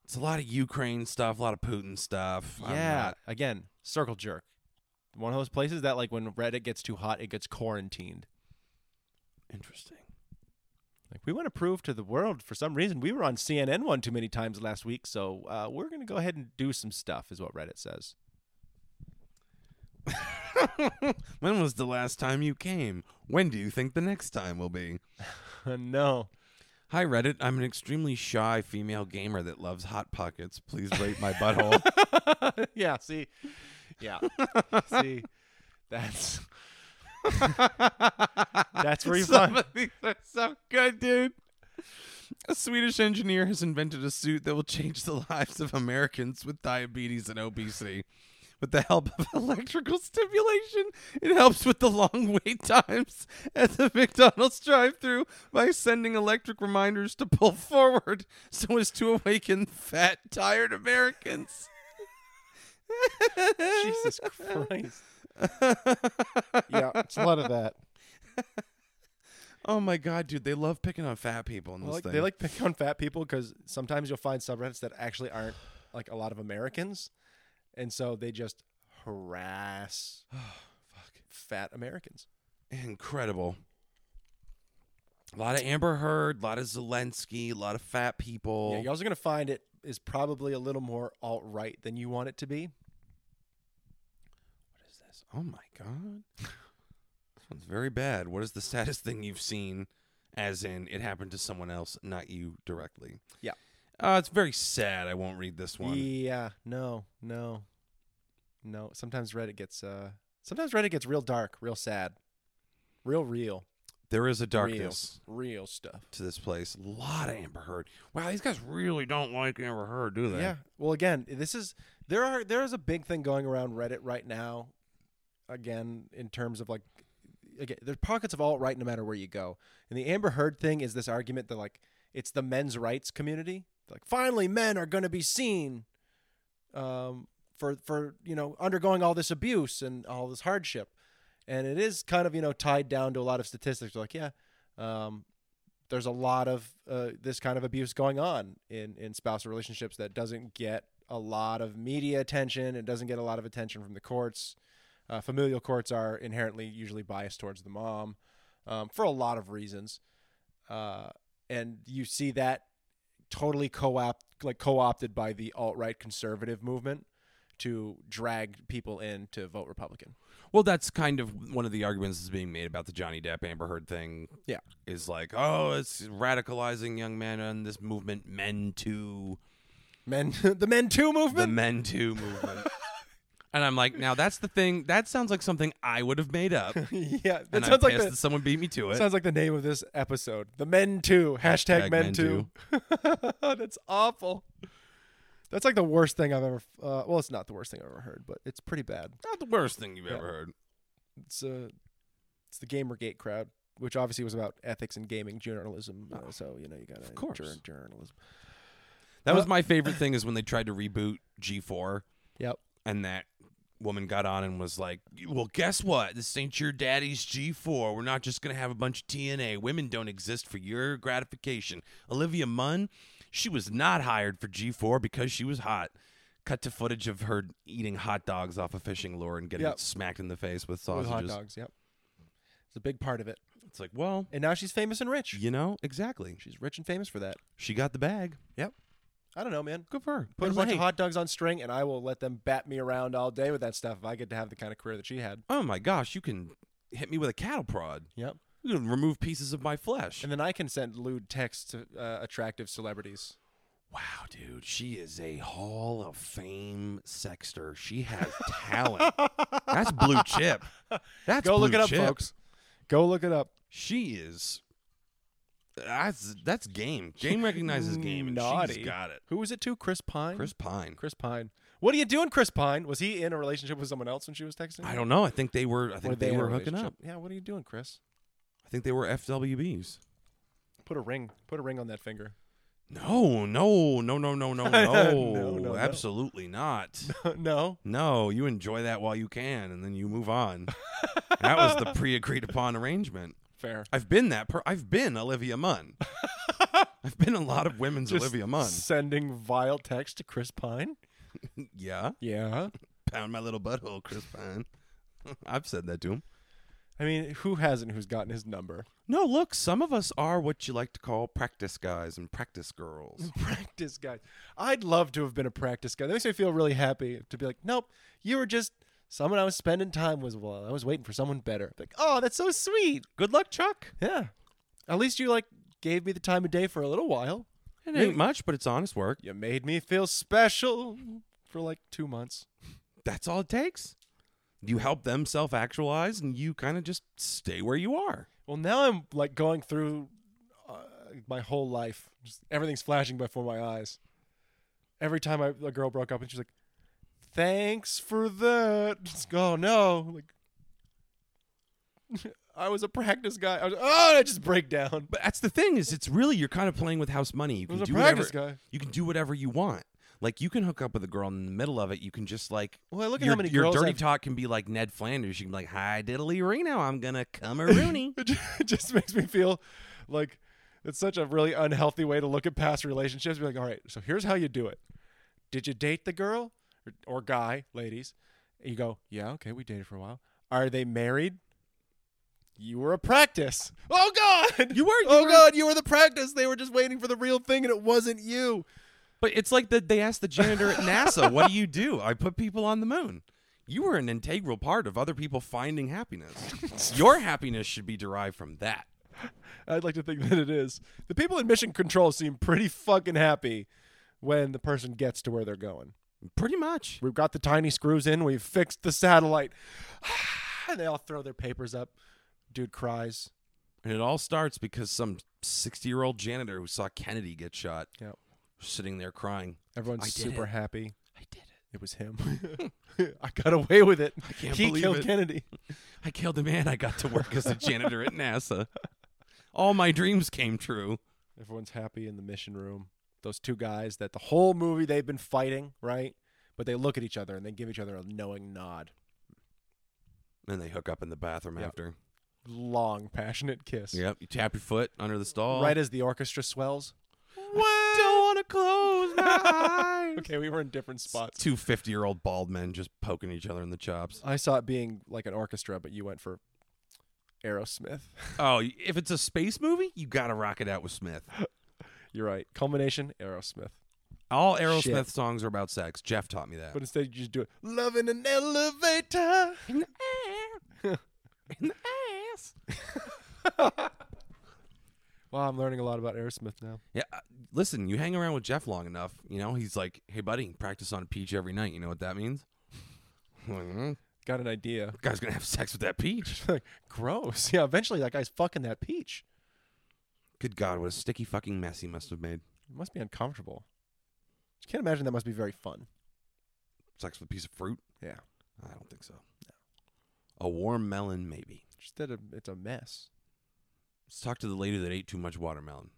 It's a lot of Ukraine stuff, a lot of Putin stuff. I'm
Yeah.
not-
Again, circle jerk. One of those places that like when Reddit gets too hot, it gets quarantined.
Interesting.
Like we want to prove to the world for some reason we were on CNN one too many times last week, so uh, we're gonna go ahead and do some stuff, is what Reddit says. (laughs)
(laughs) when was the last time you came? When do you think the next time will be?
no.
Hi Reddit, I'm an extremely shy female gamer that loves hot pockets. Please rate my butthole.
yeah, see. Yeah. see. That's That's where you
Some
find-
of these are so good, dude. A Swedish engineer has invented a suit that will change the (laughs) lives of Americans with diabetes and obesity. With the help of (laughs) electrical stimulation, it helps with the long (laughs) wait times at the McDonald's drive-thru by sending electric reminders to
(laughs)
pull (laughs) (laughs) forward so as to awaken fat, tired Americans.
(laughs) Jesus Christ. yeah, it's a lot of that.
Oh my god, dude, they love picking on fat people in this
Well, like,
thing.
they like pick on fat people because sometimes you'll find subreddits that actually aren't like a lot of Americans, and so they just (sighs) harass fat Americans.
incredible. A lot of Amber Heard, a lot of Zelensky, a lot of fat people.
Yeah, you're also gonna find it is probably a little more alt right than you want it to be.
What is this? Oh my god. this one's very bad. What is the saddest thing you've seen as in it happened to someone else, not you directly?
Yeah.
Uh, it's very sad. I won't read this one.
Yeah, no, no, no. Sometimes Reddit gets uh, sometimes Reddit gets real dark, real sad, real real,
There is a darkness
real, real stuff.
to this place. A lot of Amber Heard. Wow, these guys really don't like Amber Heard, do they?
Yeah. Well, again, this is there are there is a big thing going around Reddit right now. Again, in terms of like, again, there's pockets of alt right no matter where you go. And the Amber Heard thing is this argument that like it's the men's rights community. Like, finally, men are going to be seen um, for for you know undergoing all this abuse and all this hardship. And it is kind of you know tied down to a lot of statistics. Like, yeah. Um, there's a lot of uh, this kind of abuse going on in in spousal relationships that doesn't get a lot of media attention. It doesn't get a lot of attention from the courts. Uh, familial courts are inherently usually biased towards the mom um, for a lot of reasons, uh, and you see that totally co-opt like co-opted by the alt-right conservative movement to drag people in to vote Republican.
Well, that's kind of one of the arguments that's being made about the Johnny Depp Amber Heard thing.
Yeah.
Is like, oh, it's radicalizing young men and this movement, men too.
Men, (laughs) the Men Too
the
movement.
men too movement. (laughs) and I'm like, now that's the thing. That sounds like something I would have made (laughs) up.
(laughs) yeah, that
and
sounds
I'm
like
pissed
the,
that someone beat me to it.
Sounds like the name of this episode. The Men Too. Hashtag Men,
Hashtag Men
Too. (laughs) That's awful. That's like the worst thing I've ever. Uh, well, it's not the worst thing I've ever heard, but it's pretty bad.
Not the worst thing you've
Yeah.
ever heard.
It's uh, it's the GamerGate crowd, which obviously was about ethics and gaming journalism. uh, so you know you gotta of
Ah, course.
journalism.
That was
Well-
my (laughs) favorite thing is when they tried to reboot G4
Yep.
and that woman got on and was like, well, guess what? This ain't your daddy's G4. We're not just going to have a bunch of TNA. Women don't exist for your gratification. Olivia Munn, she was not hired for G4 because she was hot. Cut to footage of her eating hot dogs off a fishing lure and getting
Yep.
smacked in the face with
With
sausages.
hot dogs. Yep. It's a big part of it.
It's like, well,
And now she's famous and rich.
you know, exactly.
She's rich and famous for that.
She got the bag.
I don't know, man.
Good for her.
Put a
And
bunch
hey,
of hot dogs on string, and I will let them bat me around all day with that stuff if I get to have the kind of career that she had.
Oh my gosh, you can hit me with a cattle prod.
Yep.
You can remove pieces of my flesh.
And then I can send lewd texts to uh, attractive celebrities.
Wow, dude, she is a Hall of Fame sexter. She has talent. That's blue chip. That's
Go look
blue
it up,
chip.
folks. Go look it up.
She is. That's that's game. Game recognizes game, and
Naughty.
she's got it.
Who was it to? Chris Pine?
Chris Pine.
Chris Pine. What are you doing, Chris Pine? Was he in a relationship with someone else when she was texting?
I don't know. I think they were. I think they, were hooking up.
Yeah, what are you doing, Chris?
I think they were FWBs.
Put a ring. Put a ring on that finger. (laughs)
No, no, no, no, no, no,
No,
no,
no, no.
absolutely not.
no.
No, you enjoy that while you can, and then you move on. that was
(laughs)
the pre-agreed upon arrangement.
Fair.
I've been that. Per- I've been Olivia (laughs) Munn. I've been a lot of women's Olivia Munn.
Sending vile text to Chris Pine?
yeah,
Yeah.
pound my little butthole, Chris Pine. (laughs) I've said that to him.
I mean, who hasn't who's gotten his number?
No, look, some of us are what you like to call practice guys and practice girls.
practice guy. I'd love to have been a practice guy. That makes me feel really happy to be like, nope, you were just someone I was spending time with. Well, I was waiting for someone better. Like, oh, that's so sweet.
Good luck, Chuck.
Yeah. At least you like gave me the time of day for a little while.
It ain't much, but it's honest work.
You made me feel special for like two months.
That's all it takes. You help them self-actualize, and you kind of just stay where you are.
Well, now I'm like going through uh, my whole life. Just everything's flashing before my eyes. Every time I, a girl broke up and she's like, "Thanks for that." Just go, oh, no, like (laughs) I was a practice guy. I was oh, and I just break down.
But that's the thing is, it's really you're kind of playing with house money. You
I was
can
a
do
practice
whatever
guy.
you can do whatever you want. Like you can hook up with a girl and in the middle of it. You can just like
Well, look at
your,
how many
your
girls
dirty
I've-
talk can be like Ned Flanders. You can be like, "Hi, diddly Reno, I'm gonna come
(laughs)
a Rooney."
It ju- it just makes me feel like it's such a really unhealthy way to look at past relationships. Be like, all right, so here's how you do it. Did you date the girl or, or guy, ladies? And you go, yeah, okay, we dated for a while. Are they married? You were a practice. Oh God,
You were- you
oh
were-
God, you were the practice. They were just waiting for the real thing, and it wasn't you.
but it's like that they asked the janitor at NASA, "What do you do?" I put people on the moon. You were an integral part of other people
(laughs)
finding happiness. Your happiness should be derived from that.
I'd like to think (laughs) that it is. The people in mission control seem pretty fucking happy when the person gets to where they're going.
Pretty much.
We've got the tiny screws in. We've fixed the satellite. (sighs) and they all throw their papers up. Dude cries.
And it all starts because some 60 year old janitor who saw Kennedy get shot
Yep.
was sitting there crying.
Everyone's
I did
super
it.
happy.
I did it.
It was him. (laughs) I got away with it. I
can't
he
believe
killed
it.
Kennedy.
I killed a man. I got to work
(laughs)
as a janitor at NASA. All my dreams came true.
Everyone's happy in the mission room. Those two guys that the whole movie they've been fighting, right? But they look at each other and they give each other a knowing nod.
And they hook up in the bathroom
Yep.
after.
Long, passionate kiss.
Yep. You tap your foot under the stall.
Right as the orchestra swells.
I don't want to close (laughs) my eyes.
Okay, we were in different spots.
Two 50 year old bald men just poking each other in the chops.
I saw it being like an orchestra, but you went for Aerosmith.
Oh, if it's a space movie, you got to rock it out with Smith.
You're right. Culmination, Aerosmith.
All Aerosmith
Shit.
songs are about sex. Jeff taught me that.
But instead, you just do it. Love in an elevator.
in the air. in the ass.
Wow, I'm learning a lot about Aerosmith now.
Yeah, uh, listen, you hang around with Jeff long enough, you know, he's like, hey, buddy, practice on a peach every night. You know what that means? (laughs) I'm like, "Mm,
Got an idea.
guy's going to have sex with that peach. (laughs)
Like, gross. (laughs) Yeah, eventually that guy's fucking that peach.
Good God, what a sticky fucking mess he must have made.
It must be uncomfortable. Just can't imagine that must be very fun.
Sex with a piece of fruit?
Yeah.
I don't think so. A warm melon, maybe.
Just that it- it's a mess.
Let's talk to the lady that ate too
(laughs)
much watermelon.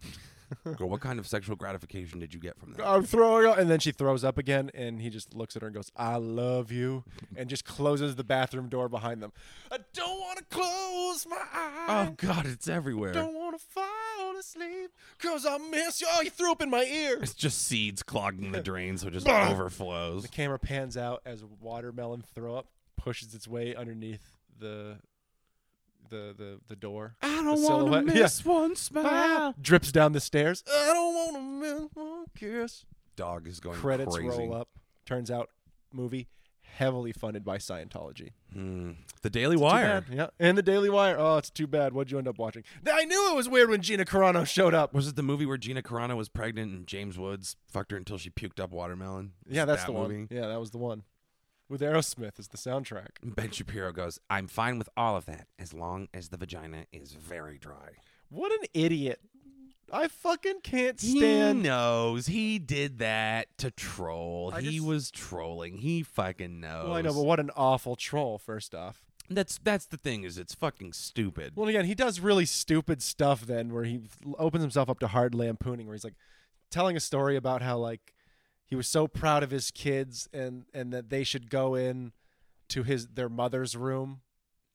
Girl, what kind of sexual gratification did you get from that?
I'm throwing up. And then she throws up again, and he just looks at her and goes, I love
(laughs)
you. And just closes the bathroom door behind them. I don't want to close my eyes.
Oh, God, it's everywhere.
Don't want to fall asleep because I miss you. Oh, you threw up in my ear.
It's just seeds
(laughs)
clogging the drain, so it just
Bah.
overflows.
The camera pans out as watermelon throw up pushes its way underneath the the the, the door.
I
don't wanna silhouette- yeah. Ah. miss
one
Drips down the stairs. I don't want to miss one kiss.
Dog is going
Credits
crazy.
roll up. Turns out, movie heavily funded by Scientology.
Hmm. The Daily
Too
Wire.
bad, Yeah, and the Daily Wire. Oh, it's too bad. What'd you end up watching? I knew it was weird when Gina Carano showed up.
Was it the movie where Gina Carano was pregnant and James Woods fucked her until she puked up watermelon? Is
Yeah,
it
that's
that
the
movie?
one. Yeah, that was the one. With Aerosmith as the soundtrack.
Ben Shapiro goes, I'm fine with all of that as long as the vagina is very dry.
What an idiot. I fucking can't stand.
He knows. He did that to troll.
I
he
just-
was trolling. He fucking knows.
Well, I know, but what an awful troll, first off.
that's that's the thing is it's fucking stupid.
Well, again, he does really stupid stuff then where he f- opens himself up to hard lampooning, where he's like telling a story about how, like, he was so proud of his kids and, and that they should go in to his their mother's room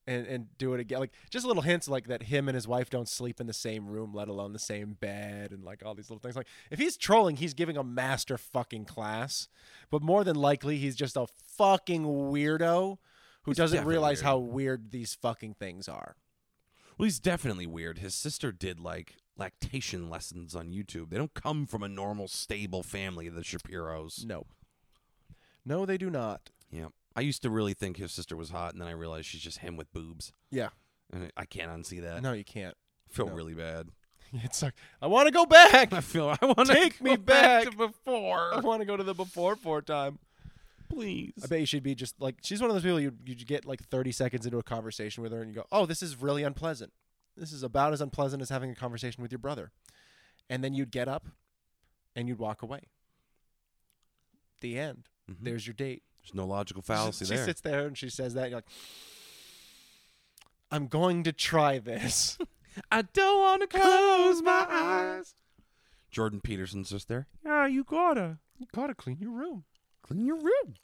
and, and do it again. Like, just little hints like that him and his wife don't sleep in the same room, let alone the same bed, and like all these little things. Like, if he's trolling, he's giving a master fucking class. But more than likely, he's just a fucking weirdo who
He's
doesn't
definitely
realize
weird.
how weird these fucking things are.
Well, he's definitely weird. His sister did like lactation lessons on YouTube. They don't come from a normal, stable family, the Shapiros.
No. No, they do not.
Yeah. I used to really think his sister was hot, and then I realized she's just him with boobs.
Yeah.
And I I can't unsee that.
Uh, No, you (laughs) can't.
I feel
no.
really bad. (laughs)
It sucked. (laughs) I want to go back.
I feel I want to
Take me
back, to
back. (laughs) I
before,
want to go to the before four time.
please.
I bet you should be just like she's one of those people you you get like thirty seconds into a conversation with her and you go, oh, this is really unpleasant. This is about as unpleasant as having a conversation with your brother, and then you'd get up, and you'd walk away. The end.
Mhm.
There's your date.
There's no logical
She-
fallacy
she
there.
sits there and she says that. And you're like, I'm going to try this.
(laughs) I don't want to close my eyes. Jordan Peterson's just there. Yeah, you gotta.
You gotta clean your room.
Clean your room.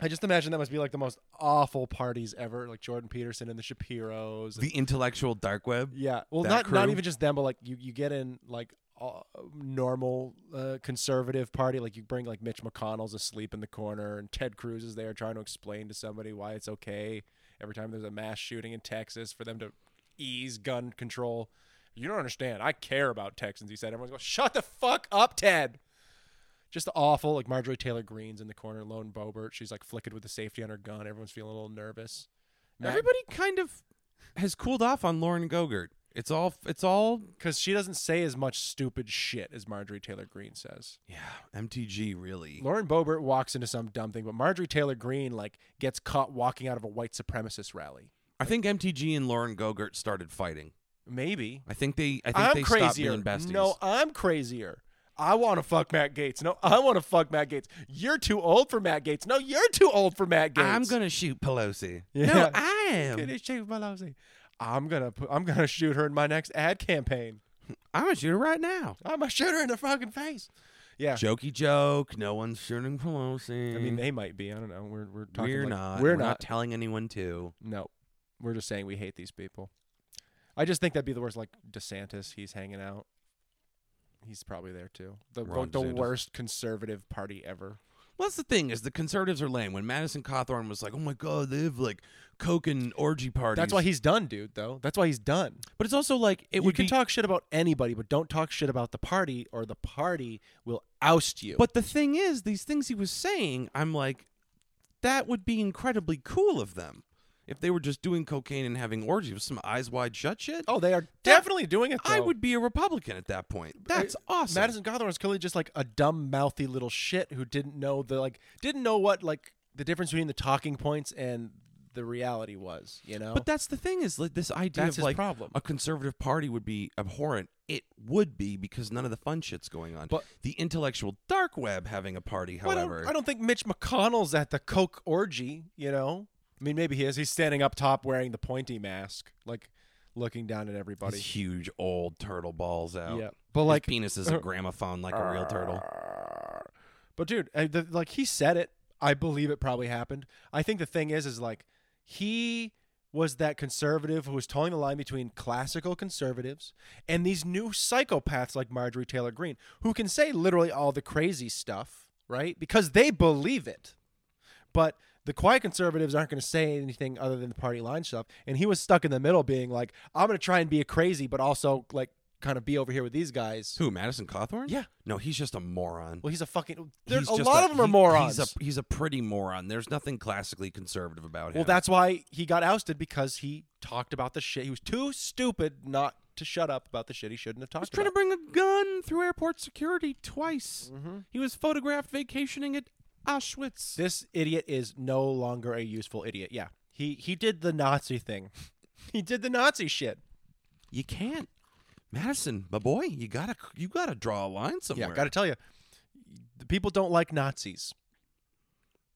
I just imagine that must be like the most awful parties ever, like Jordan Peterson and the Shapiros. and-
The intellectual dark web.
yeah, well,
that
not not
crew.
even just them, but like you, you get in like uh, normal uh, conservative party, like you bring like Mitch McConnell's asleep in the corner, and Ted Cruz is there trying to explain to somebody why it's okay every time there's a mass shooting in Texas for them to ease gun control. You don't understand. I care about Texans. He said. Everyone's going, shut the fuck up, Ted. Just awful. Like Marjorie Taylor Greene's in the corner, lone Bobert. She's like flickered with the safety on her gun. Everyone's feeling a little nervous. Matt-
Everybody kind of has cooled off on Lauren Gogurt. It's all it's all
because she doesn't say as much stupid shit as Marjorie Taylor Greene says.
yeah, MTG really.
Lauren Boebert walks into some dumb thing, but Marjorie Taylor Greene like gets caught walking out of a white supremacist rally.
I think MTG and Lauren Gogurt started fighting.
Maybe
I think they I think
I'm
they stopped
crazier.
being besties.
No, I'm crazier. I want to fuck Matt Gates. No, I want to fuck Matt Gates. You're too old for Matt Gates. No, you're too old for Matt Gates.
I'm gonna shoot Pelosi.
(laughs) Yeah.
No, I am.
Gonna shoot Pelosi. I'm gonna put, I'm gonna shoot her in my next ad campaign.
I'm gonna shoot her right now.
I'm gonna shoot her in the fucking face. Yeah.
Jokey joke. No one's shooting Pelosi.
I mean, they might be. I don't know. We're we're talking.
we're
like-
not.
We're,
We're
not.
telling anyone to.
No, we're just saying we hate these people. I just think that'd be the worst. Like DeSantis, he's hanging out. He's probably there too. The
Ron
the
DeSantis.
worst conservative party ever.
Well, that's the thing is the conservatives are lame. When Madison Cawthorn was like, "Oh my God, they have like coke and orgy parties."
That's why he's done, dude. Though that's why he's done.
But it's also like it
you
would
can
be.
talk shit about anybody, but don't talk shit about the party, or the party will oust you.
but the thing is, these things he was saying, I'm like, that would be incredibly cool of them if they were just doing cocaine and having orgies with some eyes wide shut shit.
oh, they are definitely doing it. Though.
I would be a Republican at that point. That's awesome.
uh, Madison Cawthorn was clearly just like a dumb, mouthy little shit who didn't know the like didn't know what like the difference between the talking points and the reality was. You know.
But that's the thing is like this idea
That's
of
his
like
problem.
a conservative party would be abhorrent. It would be because none of the fun shit's going on.
But-
the intellectual dark web having a party,
Well, I don't-
however,
I don't, think Mitch McConnell's at the Coke orgy, you know? I mean, maybe he is. He's standing up top wearing the pointy mask, like looking down at everybody.
his huge old turtle balls out.
Yeah. But,
His
like- uh-huh.
penis is a gramophone like a real turtle.
But dude, I, the, like he said it, I believe it probably happened. I think the thing is, is like he was that conservative who was towing the line between classical conservatives and these new psychopaths like Marjorie Taylor Greene, who can say literally all the crazy stuff, right? Because they believe it. But the quiet conservatives aren't going to say anything other than the party line stuff. And he was stuck in the middle, being like, "I'm going to try and be a crazy, but also like kind of be over here with these guys."
Who, Madison Cawthorn?
Yeah.
No, he's just a moron.
Well, he's a fucking. There,
He's
a
just
lot of them are
he-
morons.
He's a, he's a pretty moron. There's nothing classically conservative about him.
Well, that's why he got ousted because he talked about the shit. He was too stupid not to shut up about the shit he shouldn't have
He was
talked
trying to
about.
bring a gun through airport security twice.
Mm-hmm.
He was photographed vacationing at Auschwitz.
this idiot is no longer a useful idiot. Yeah, he he did the Nazi thing. (laughs) he did the Nazi shit.
You can't, Madison, my boy. You gotta, you gotta draw a line somewhere.
Yeah, got to tell you, the people don't like Nazis.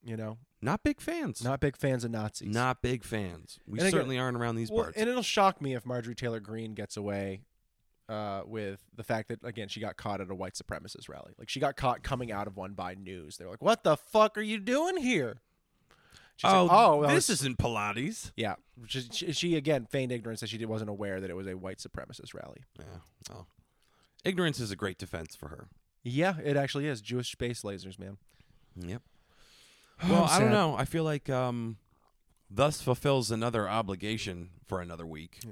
You know,
Not big fans.
not big fans of Nazis.
Not big fans. We
And again-
certainly aren't around these
well,
parts.
and it'll shock me if Marjorie Taylor Greene gets away uh, with the fact that again she got caught at a white supremacist rally. Like she got caught coming out of one by news. They're like, "What the fuck are you doing here?" She's
oh,
like, "Oh, I
this
was-"
isn't Pilates.
yeah." She, she, she, again feigned ignorance that she wasn't aware that it was a white supremacist rally.
Yeah. Well, ignorance is a great defense for her.
Yeah, it actually is Jewish space lasers, man.
Yep. Well,
I'm
I don't
sad.
know. I feel like um, thus fulfills another obligation for another week.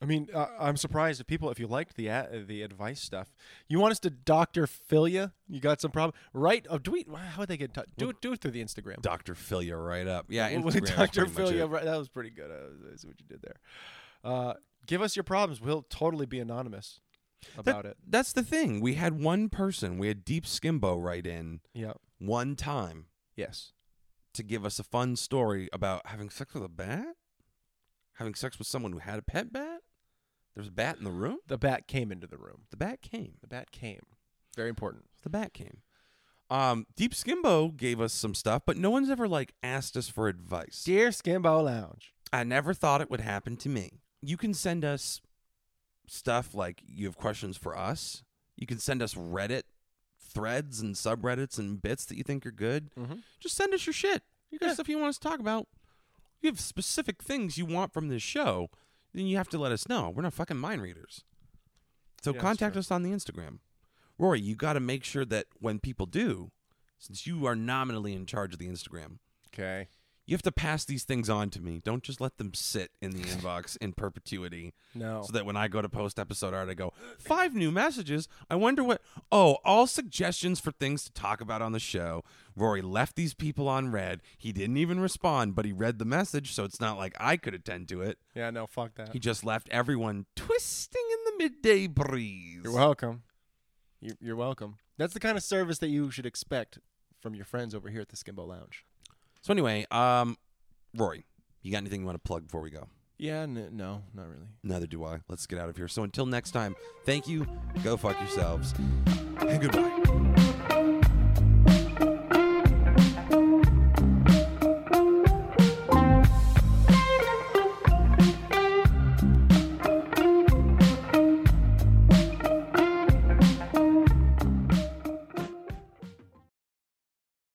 I mean, uh, I'm surprised if people, if you liked the uh, the advice stuff, you want us to doctor fill you? You got some problem, right? Oh, do we? How would they get in touch? Do it, do it through the Instagram.
Doctor fill you right up. Yeah,
Well, (laughs)
Instagram.
Dr.
Doctor
Phil, yeah, right, that was pretty good. Uh, I see what you did there. Uh, give us your problems. We'll totally be anonymous about it.
That's the thing. We had one person. We had Deep Skimbo write in
Yeah.
one time
Yes.
to give us a fun story about having sex with a bat, having sex with someone who had a pet bat. There was a bat in the room.
The bat came into the room.
The bat came.
The bat came. Very important.
The bat came. Um, Deep Skimbo gave us some stuff, but no one's ever like asked us for advice.
Dear Skimbo Lounge.
I never thought it would happen to me. You can send us stuff like you have questions for us. You can send us Reddit threads and subreddits and bits that you think are good, just send us your shit. You got stuff you want us to talk about. You have specific things you want from this show, then you have to let us know. We're not fucking mind readers. So
that's
contact us on the Instagram. Rory, you got to make sure that when people do, since you are nominally in charge of the Instagram,
Okay.
you have to pass these things on to me. Don't just let them sit in the inbox in perpetuity.
No.
So that when I go to post episode art, I go, five new messages. I wonder what. Oh, all suggestions for things to talk about on the show. Rory left these people on red. He didn't even respond, but he read the message. So it's not like I could attend to it.
yeah. No. Fuck that.
He just left everyone twisting in the midday breeze.
You're welcome. You, you're welcome. That's the kind of service that you should expect from your friends over here at the Skimbo Lounge.
So anyway, um, Rory, you got anything you want to plug before we go?
Yeah. N- no. Not really.
Neither do I. Let's get out of here. So until next time, thank you. Go fuck yourselves. And goodbye.